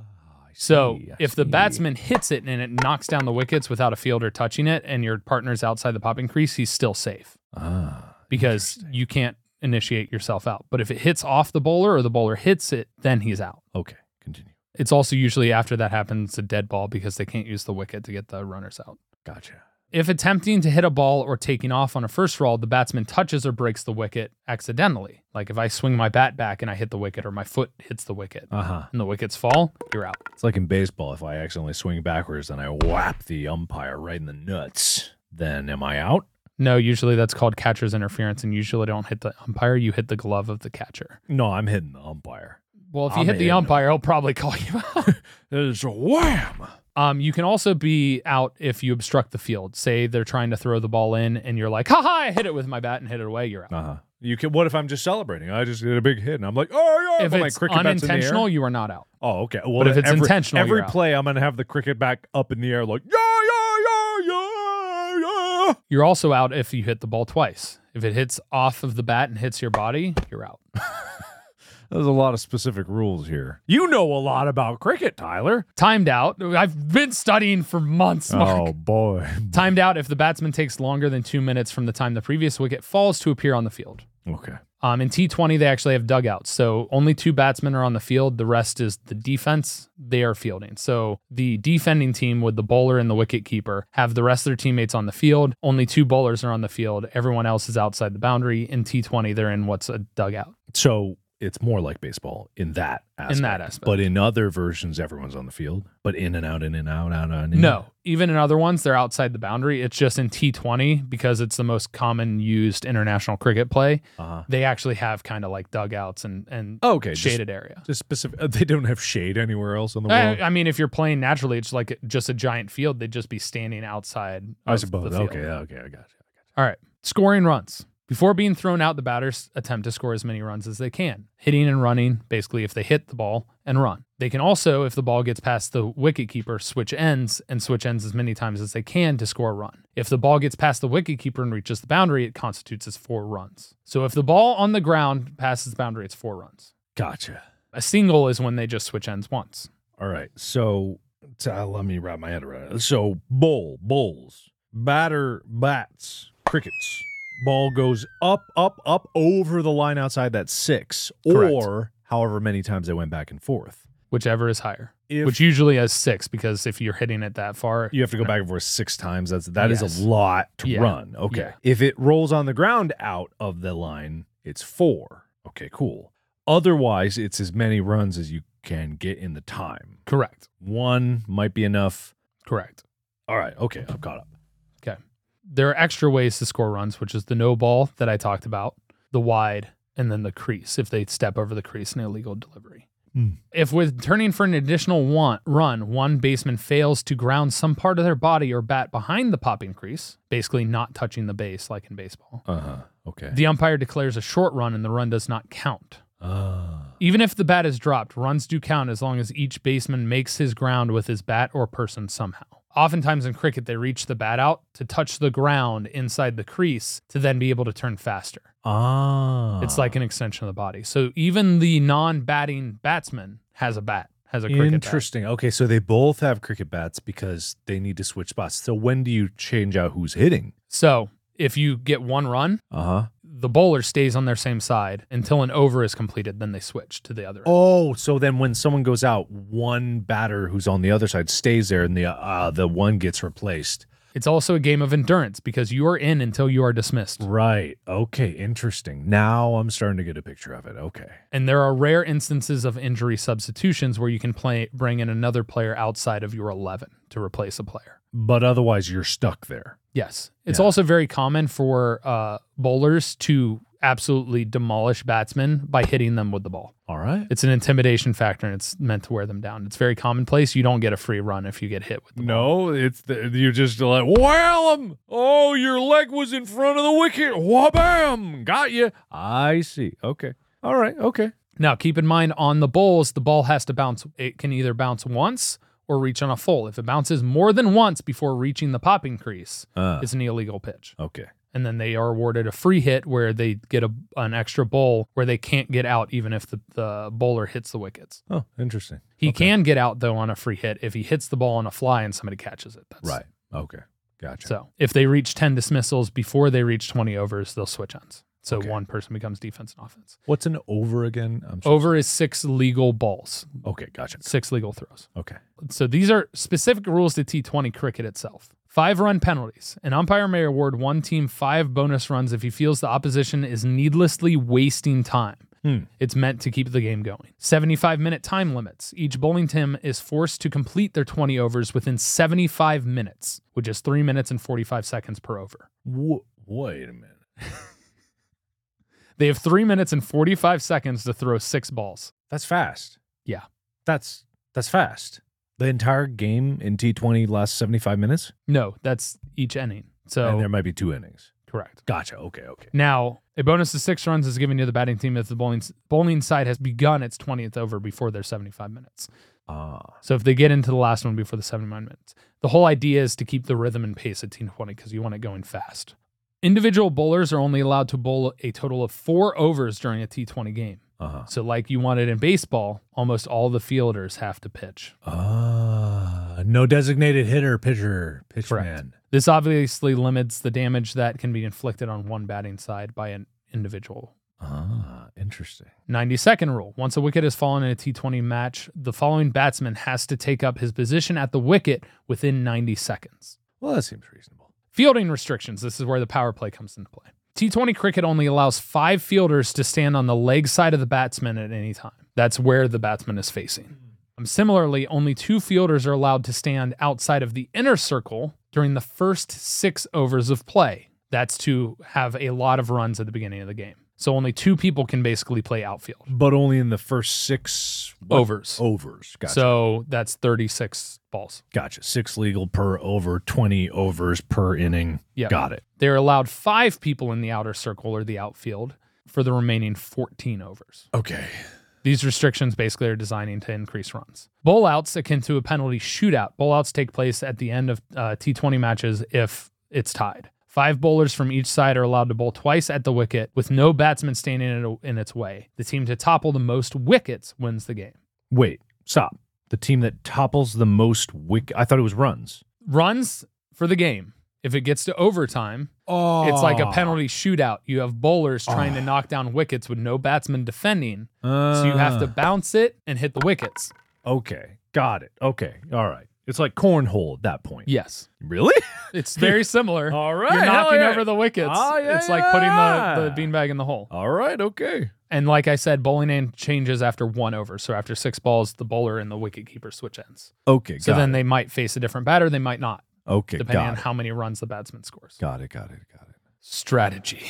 I so see, I if the see. batsman hits it and it knocks down the wickets without a fielder touching it, and your partner's outside the popping crease, he's still safe Ah. because you can't initiate yourself out. But if it hits off the bowler or the bowler hits it, then he's out. Okay, continue. It's also usually after that happens a dead ball because they can't use the wicket to get the runners out. Gotcha. If attempting to hit a ball or taking off on a first roll, the batsman touches or breaks the wicket accidentally. Like if I swing my bat back and I hit the wicket or my foot hits the wicket Uh huh. and the wickets fall, you're out. It's like in baseball. If I accidentally swing backwards and I whap the umpire right in the nuts, then am I out? No, usually that's called catcher's interference and usually don't hit the umpire, you hit the glove of the catcher. No, I'm hitting the umpire. Well, if you I'm hit the in. umpire, he'll probably call you out. There's a wham. um, you can also be out if you obstruct the field. Say they're trying to throw the ball in and you're like, ha ha, I hit it with my bat and hit it away, you're out. Uh huh. You can. What if I'm just celebrating? I just did a big hit, and I'm like, oh yeah. if but my it's cricket bat's in the air. unintentional, you are not out. Oh, okay. Well, But if it's every, intentional, every you're out. play I'm gonna have the cricket back up in the air, like yeah, yeah, yeah, yeah, yeah. You're also out if you hit the ball twice. If it hits off of the bat and hits your body, you're out. There's a lot of specific rules here. You know a lot about cricket, Tyler. Timed out. I've been studying for months, Mark. Oh boy. Timed out if the batsman takes longer than two minutes from the time the previous wicket falls to appear on the field. Okay. Um, in T20, they actually have dugouts. So only two batsmen are on the field. The rest is the defense. They are fielding. So the defending team with the bowler and the wicket keeper have the rest of their teammates on the field. Only two bowlers are on the field. Everyone else is outside the boundary. In T20, they're in what's a dugout. So it's more like baseball in that aspect. In that aspect. But in other versions, everyone's on the field, but in and out, in and out, out, out. In. No, even in other ones, they're outside the boundary. It's just in T20 because it's the most common used international cricket play. Uh-huh. Oh, They actually have kind of like dugouts and, and Okay. Shaded. shaded area. Just, just specific. uh, They don't have shade anywhere else in the world. I, I mean, if you're playing naturally, it's like just a giant field. They'd just be standing outside. I, of suppose. the field. Okay. Okay. I got you. All right. Scoring runs. Before being thrown out, the batters attempt to score as many runs as they can, hitting and running, basically, if they hit the ball and run. They can also, if the ball gets past the wicketkeeper, switch ends and switch ends as many times as they can to score a run. If the ball gets past the wicketkeeper and reaches the boundary, it constitutes as four runs. So if the ball on the ground passes the boundary, it's four runs. Gotcha. Gotcha. A single is when they just switch ends once. All right. So t- uh, let me wrap my head around it. So bowl, bowls, batter, bats, crickets. Ball goes up, up, up over the line outside that six, Correct. or however many times they went back and forth. Whichever is higher, If which usually has six because if you're hitting it that far, You have to go back and forth six times. That's that is Yes. a lot to Yeah. run. Okay. Yeah. If it rolls on the ground out of the line, it's four. Okay, cool. Otherwise, it's as many runs as you can get in the time. correct, One might be enough. correct. All right. Okay, I'm caught up. there are extra ways to score runs, which is the no ball that I talked about, the wide, and then the crease if they step over the crease in illegal delivery. Hmm. If with turning for an additional one, run, one baseman fails to ground some part of their body or bat behind the popping crease, basically not touching the base like in baseball, Uh huh. Okay. the umpire declares a short run and the run does not count. Ah. Even if the bat is dropped, runs do count as long as each baseman makes his ground with his bat or person somehow. Oftentimes in cricket, they reach the bat out to touch the ground inside the crease to then be able to turn faster. ah. It's like an extension of the body. So even the non batting batsman has a bat, has a cricket bat. interesting. Okay, so they both have cricket bats because they need to switch spots. So when do you change out who's hitting? So if you get one run, Uh huh. the bowler stays on their same side until an over is completed, then they switch to the other. end. Oh, so then when someone goes out, one batter who's on the other side stays there, and the uh, the one gets replaced. It's also a game of endurance because you are in until you are dismissed. Right. Okay. Interesting. Now I'm starting to get a picture of it. Okay. And there are rare instances of injury substitutions where you can play bring in another player outside of your 11 to replace a player. But otherwise, you're stuck there. Yes. It's Yeah. also very common for uh, bowlers to absolutely demolish batsmen by hitting them with the ball. All right. It's an intimidation factor and it's meant to wear them down. It's very commonplace. You don't get a free run if you get hit with the ball. No, it's the, you're just like wham! Oh, your leg was in front of the wicket. Whabam! Got you. I see. Okay. All right. Okay. Now, keep in mind on the bowls, the ball has to bounce. It can either bounce once or reach on a full. If it bounces more than once before reaching the popping crease, Uh, it's an illegal pitch. okay. And then they are awarded a free hit where they get a, an extra bowl where they can't get out even if the, the bowler hits the wickets. Oh, interesting. He Okay. can get out though on a free hit if he hits the ball on a fly and somebody catches it. That's Right. Okay. Gotcha. So if they reach 10 dismissals before they reach 20 overs, they'll switch ons. So Okay. one person becomes defense and offense. What's an over again? I'm sorry. Over is six legal balls, Okay. Gotcha. six legal throws. Okay. So these are specific rules to T20 cricket itself. Five run penalties. An umpire may award one team five bonus runs if he feels the opposition is needlessly wasting time. Hmm. It's meant to keep the game going. 75 minute time limits. Each bowling team is forced to complete their 20 overs within 75 minutes, which is three minutes and 45 seconds per over. Wh- wait a minute. They have three minutes and 45 seconds to throw six balls. That's fast. Yeah. That's that's fast. The entire game in T20 lasts 75 minutes, No, that's each inning. So, and there might be two innings. correct. Gotcha. Okay. Okay. Now, a bonus of six runs is given to the batting team if the bowling, bowling side has begun its 20th over before their 75 minutes. Ah. So, if they get into the last one before the 79 minutes, the whole idea is to keep the rhythm and pace at T20 because you want it going fast. Individual bowlers are only allowed to bowl a total of four overs during a T20 game. Uh huh. So, like you wanted in baseball, almost all the fielders have to pitch. Ah. No designated hitter, pitcher, pitchman. Correct. This obviously limits the damage that can be inflicted on one batting side by an individual. Ah. Interesting. 90 second rule. Once a wicket is fallen in a T20 match, the following batsman has to take up his position at the wicket within 90 seconds. Well, that seems reasonable. Fielding restrictions. This is where the power play comes into play. T20 cricket only allows five fielders to stand on the leg side of the batsman at any time. That's where the batsman is facing. Um, similarly, only two fielders are allowed to stand outside of the inner circle during the first six overs of play. That's to have a lot of runs at the beginning of the game. So only two people can basically play outfield. But only in the first six what? Overs. Overs. Gotcha. So that's 36 balls. gotcha. Six legal per over, 20 overs per inning. Yeah. Got it. They're allowed five people in the outer circle or the outfield for the remaining 14 overs. Okay. These restrictions basically are designing to increase runs. Bowlouts akin to a penalty shootout. Bowlouts take place at the end of uh, T20 matches if it's tied. Five bowlers from each side are allowed to bowl twice at the wicket with no batsman standing in, in its way. The team to topple the most wickets wins the game. Wait. Stop. The team that topples the most wick. I thought it was runs. Runs for the game. If it gets to overtime, Oh. it's like a penalty shootout. You have bowlers trying to Ah. knock down wickets with no batsman defending. So you have Uh. to bounce it and hit the wickets. Okay. Got it. Okay. All right. It's like cornhole at that point. Yes. Really? It's very similar. All right. You're hell knocking yeah. over the wickets. Oh, yeah, it's like yeah, putting the, yeah. the beanbag in the hole. All right. Okay. And like I said, bowling in changes after one over. So after six balls, the bowler and the wicket keeper switch ends. Okay. So got then it. they might face a different batter, they might not, Okay. depending Got on it. how many runs the batsman scores. got it. Got it. Got it. Strategy.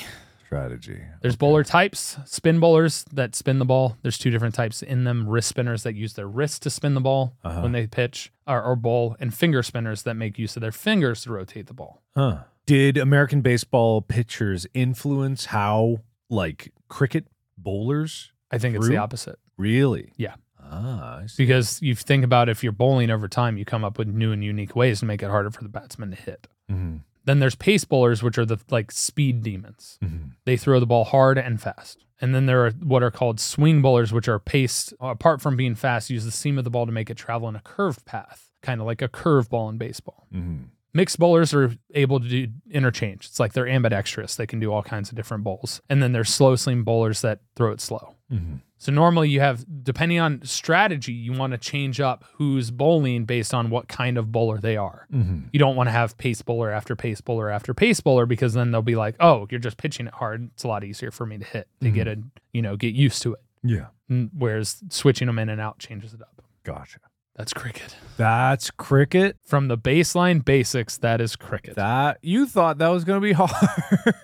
Strategy. There's bowler types, spin bowlers that spin the ball. There's two different types in them wrist spinners that use their wrist to spin the ball Uh-huh. when they pitch or, or bowl, and finger spinners that make use of their fingers to rotate the ball. Huh. Did American baseball pitchers influence how like cricket bowlers I think it's the Through? opposite. really? Yeah. Ah, I see. because you think about if you're bowling over time, you come up with new and unique ways to make it harder for the batsman to hit. Mhm, Then there's pace bowlers, which are the like speed demons. mhm. They throw the ball hard and fast. And then there are what are called swing bowlers, which are paced apart from being fast, use the seam of the ball to make it travel in a curved path, kind of like a curve ball in baseball. Mhm. Mixed bowlers are able to do interchange. It's like they're ambidextrous. They can do all kinds of different bowls. And then there's slow seam bowlers that throw it slow. Mhm. So normally you have, depending on strategy, you want to change up who's bowling based on what kind of bowler they are. Mhm. You don't want to have pace bowler after pace bowler after pace bowler because then they'll be like, oh, you're just pitching it hard. It's a lot easier for me to hit. They get a, you know, get used to it. Yeah. N- Whereas switching them in and out changes it up. Gotcha. That's cricket. That's cricket. From the baseline basics, that is cricket. That you thought that was going to be hard.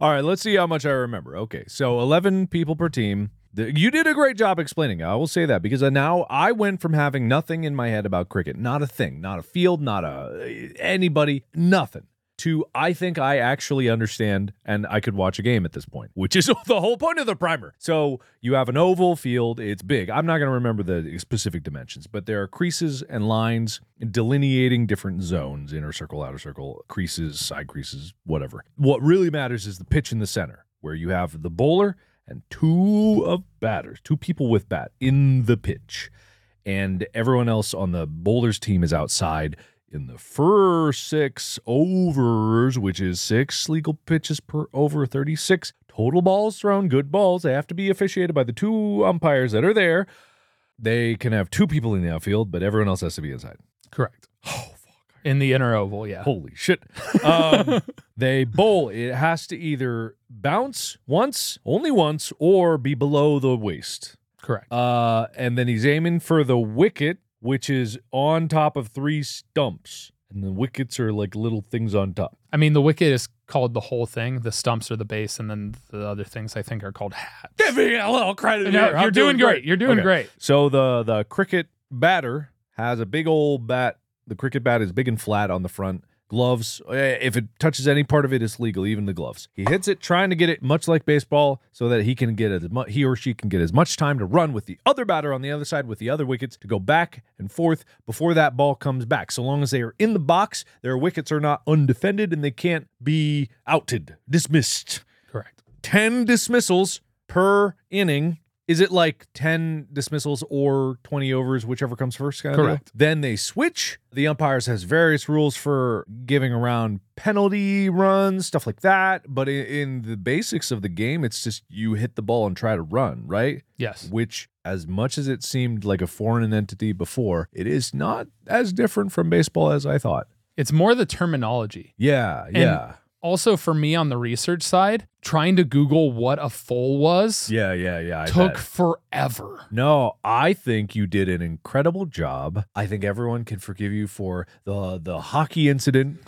All right, let's see how much I remember. Okay, so 11 people per team. The- you did a great job explaining. I will say that because I now I went from having nothing in my head about cricket, not a thing, not a field, not a anybody, nothing, to I think I actually understand and I could watch a game at this point, which is the whole point of the primer. So you have an oval field, it's big. I'm not going to remember the specific dimensions, but there are creases and lines delineating different zones inner circle, outer circle, creases, side creases, whatever. What really matters is the pitch in the center, where you have the bowler and two of batters, two people with bat in the pitch. And everyone else on the bowler's team is outside in the first six overs, which is six legal pitches per over, 36 total balls thrown, good balls. They have to be officiated by the two umpires that are there. They can have two people in the outfield, but everyone else has to be inside. Correct. Oh, fuck. In the inner oval, yeah. Holy shit. Um, they bowl. It has to either bounce once, only once, or be below the waist. Correct. Uh, and then he's aiming for the wicket, which is on top of three stumps. And the wickets are like little things on top. I mean, the wicket is called the whole thing. The stumps are the base, and then the other things I think are called hats. Give me a little credit. No, here. I'm you're doing, great. You're doing Okay. great. So the the cricket batter has a big old bat. The cricket bat is big and flat on the front. Gloves, eh, if it touches any part of it, it's legal, even the gloves. He hits it, trying to get it much like baseball, so that he can get as much, he or she can get as much time to run with the other batter on the other side with the other wickets to go back and forth before that ball comes back. So long as they are in the box, their wickets are not undefended and they can't be outed, dismissed. Correct. 10 dismissals per inning. Is it like 10 dismissals or 20 overs, whichever comes first? Kind of deal? Correct. Then they switch. The umpires has various rules for giving around penalty runs, stuff like that. But i- in the basics of the game, it's just you hit the ball and try to run, right? Yes. Which, as much as it seemed like a foreign entity before, it is not as different from baseball as I thought. It's more the terminology. Yeah, yeah, Also, for me on the research side, trying to Google what a foal was yeah, yeah, yeah. I took bet. forever. No, I think you did an incredible job. I think everyone can forgive you for the the hockey incident.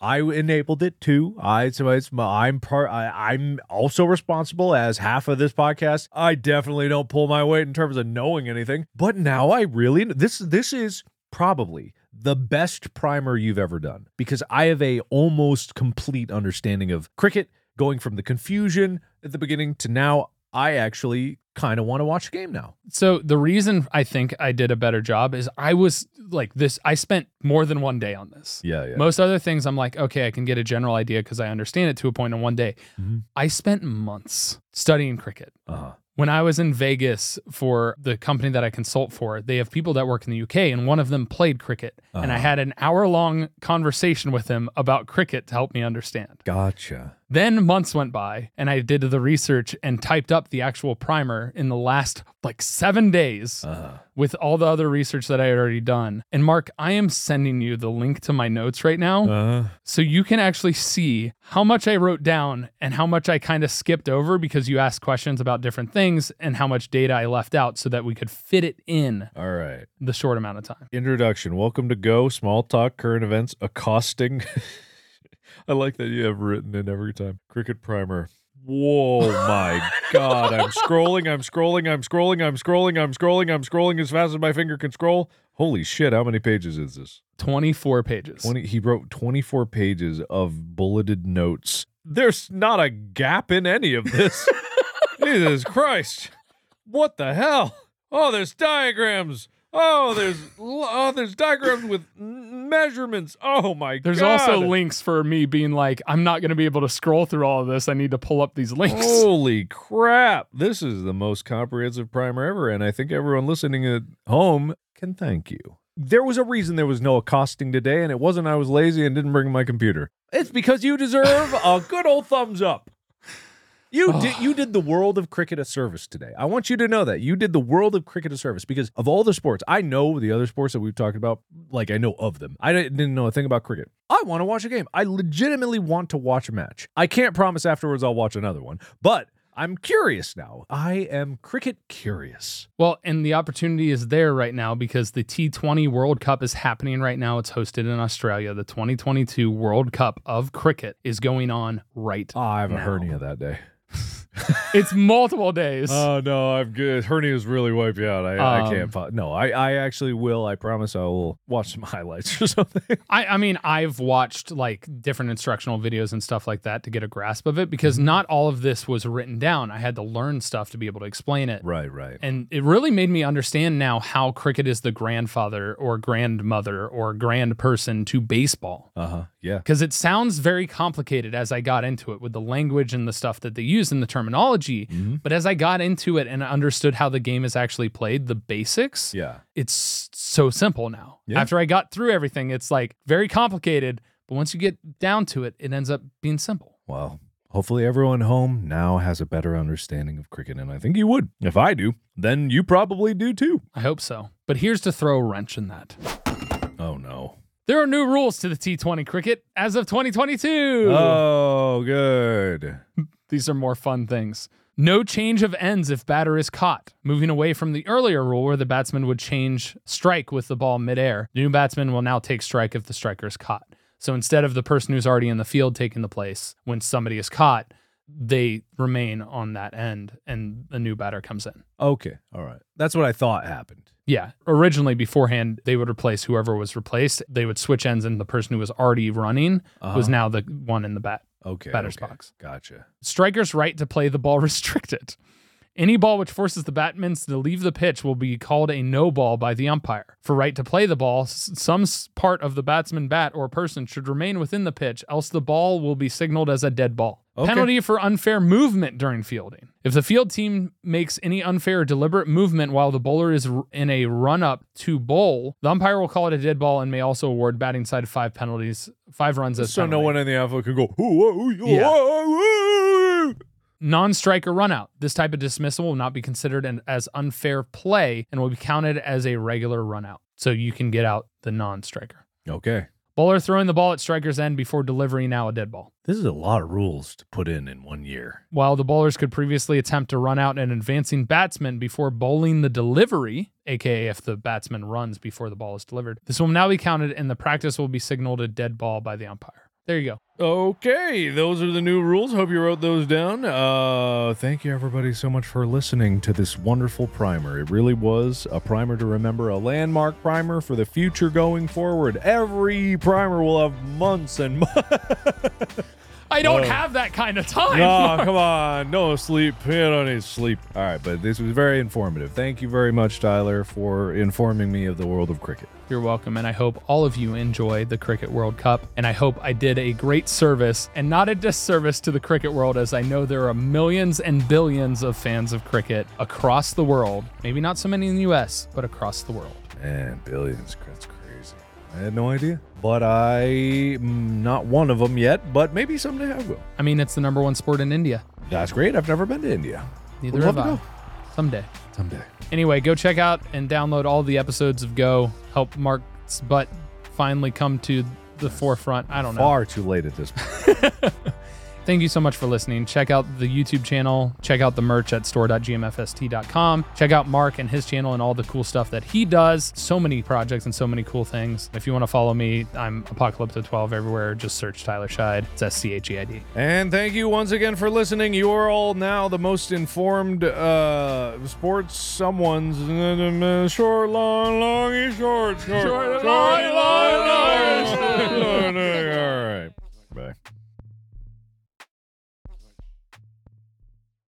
I enabled it too. I so it's my, I'm part. I, I'm also responsible as half of this podcast. I definitely don't pull my weight in terms of knowing anything. But now I really this this is probably the best primer you've ever done because I have a almost complete understanding of cricket going from the confusion at the beginning to now I actually kind of want to watch a game now. So, the reason I think I did a better job is I was like this, I spent more than one day on this. Yeah, yeah. Most other things, I'm like, okay, I can get a general idea because I understand it to a point in one day. Mhm. I spent months studying cricket. uh-huh. When I was in Vegas for the company that I consult for, they have people that work in the UK, and one of them played cricket. And I Uh-huh. had an hour long conversation with him about cricket to help me understand. Gotcha. Then months went by, and I did the research and typed up the actual primer in the last like seven days Uh-huh. with all the other research that I had already done. And Mark, I am sending you the link to my notes right now Uh-huh. so you can actually see how much I wrote down and how much I kind of skipped over because you asked questions about different things and how much data I left out so that we could fit it in All right. the short amount of time. Introduction. Welcome to Go, small talk, current events, accosting. I like that you have written in every time. Cricket primer. Whoa, my God. I'm scrolling, I'm scrolling, I'm scrolling, I'm scrolling, I'm scrolling, I'm scrolling as fast as my finger can scroll. Holy shit, how many pages is this? 24 pages. 20, he wrote 24 pages of bulleted notes. There's not a gap in any of this. Jesus Christ. What the hell? Oh, there's diagrams. Oh, there's l- oh, there's diagrams with n- measurements. Oh my There's god. also links for me being like, I'm not going to be able to scroll through all of this. I need to pull up these links. Oh, Holy crap. This is the most comprehensive primer ever. And I think everyone listening at home can thank you. There was a reason there was no accosting today, and it wasn't I was lazy and didn't bring my computer. It's because you deserve a good old thumbs up. You did you did the world of cricket a service today. I want you to know that. You did the world of cricket a service because of all the sports, I know the other sports that we've talked about, like I know of them. I didn't didn't know a thing about cricket. I want to watch a game. I legitimately want to watch a match. I can't promise afterwards I'll watch another one, but I'm curious now. I am cricket curious. Well, and the opportunity is there right now because the T20 World Cup is happening right now. It's hosted in Australia. The 2022 World Cup of Cricket is going on right. Oh, I have a Now. hernia that day. It's multiple days. Oh no, I've good. Hernia's really wiped you out. Uh, I can't. Po- no, I, I actually will. I promise I will watch some highlights or something. I, I mean, I've watched like different instructional videos and stuff like that to get a grasp of it because not all of this was written down. I had to learn stuff to be able to explain it. right, right. And it really made me understand now how cricket is the grandfather or grandmother or grand person to baseball. Uh huh. Yeah. Because it sounds very complicated as I got into it with the language and the stuff that they use and the terminology. Mhm. But as I got into it and understood how the game is actually played, the basics, Yeah. it's so simple now. Yeah. After I got through everything, it's like very complicated, but once you get down to it, it ends up being simple. Well, hopefully everyone home now has a better understanding of cricket, and I think you would. If I do, then you probably do too. I hope so. But here's to throw a wrench in that. Oh no. There are new rules to the T20 cricket as of 2022. Oh, good. These are more fun things. No change of ends if batter is caught. Moving away from the earlier rule where the batsman would change strike with the ball midair, the new batsman will now take strike if the striker is caught. So instead of the person who's already in the field taking the place when somebody is caught, they remain on that end and a new batter comes in. Okay. All right. That's what I thought happened. Yeah. Originally, beforehand, they would replace whoever was replaced. They would switch ends, and the person who was already running was Uh-huh. now the one in the bat okay. batter's okay. box. Gotcha. striker's right to play the ball restricted. Any ball which forces the batsman to leave the pitch will be called a no ball by the umpire. For right to play the ball, s- some s- part of the batsman bat or person should remain within the pitch, else the ball will be signaled as a dead ball. Okay. Penalty for unfair movement during fielding. If the field team makes any unfair or deliberate movement while the bowler is r- in a run up to bowl, the umpire will call it a dead ball and may also award batting side five penalties, five runs as so penalty. no one in the outfield can go. Ooh, ooh, ooh, Yeah. ooh, ooh." non-striker runout. This type of dismissal will not be considered an, as unfair play and will be counted as a regular runout. So you can get out the non-striker. Okay. Bowler throwing the ball at striker's end before delivering now a dead ball. This is a lot of rules to put in in one year. While the bowlers could previously attempt to run out an advancing batsman before bowling the delivery, aka if the batsman runs before the ball is delivered, this will now be counted and the practice will be signaled a dead ball by the umpire. There you go. Okay, those are the new rules. Hope you wrote those down. Uh, thank you everybody so much for listening to this wonderful primer. It really was a primer to remember, a landmark primer for the future going forward. Every primer will have months and months. I don't have that kind of time. Ah, come on, no sleep. You don't need sleep. All right, but this was very informative. Thank you very much, Tyler, for informing me of the world of cricket. You're welcome, and I hope all of you enjoy the Cricket World Cup. And I hope I did a great service and not a disservice to the cricket world, as I know there are millions and billions of fans of cricket across the world. Maybe not so many in the US, but across the world. Man, billions. That's crazy. I had no idea. But I'm not one of them yet, but maybe someday I will. I mean, it's the number one sport in India. That's great. I've never been to India. Neither Would have love to I. Someday. Someday. Anyway, go check out and download all the episodes of Go. Help Mark's butt finally come to the forefront. I don't know. Far too late at this point. Thank you so much for listening. Check out the YouTube channel. Check out the merch at store.gmfst.com. Check out Mark and his channel and all the cool stuff that he does. So many projects and so many cool things. If you want to follow me, I'm Apocalypto12 everywhere. Just search Tyler Scheid. It's S C H E I D. And thank you once again for listening. You are all now the most informed uh, sports someone's short, long, longy, short, short, Short, long, long,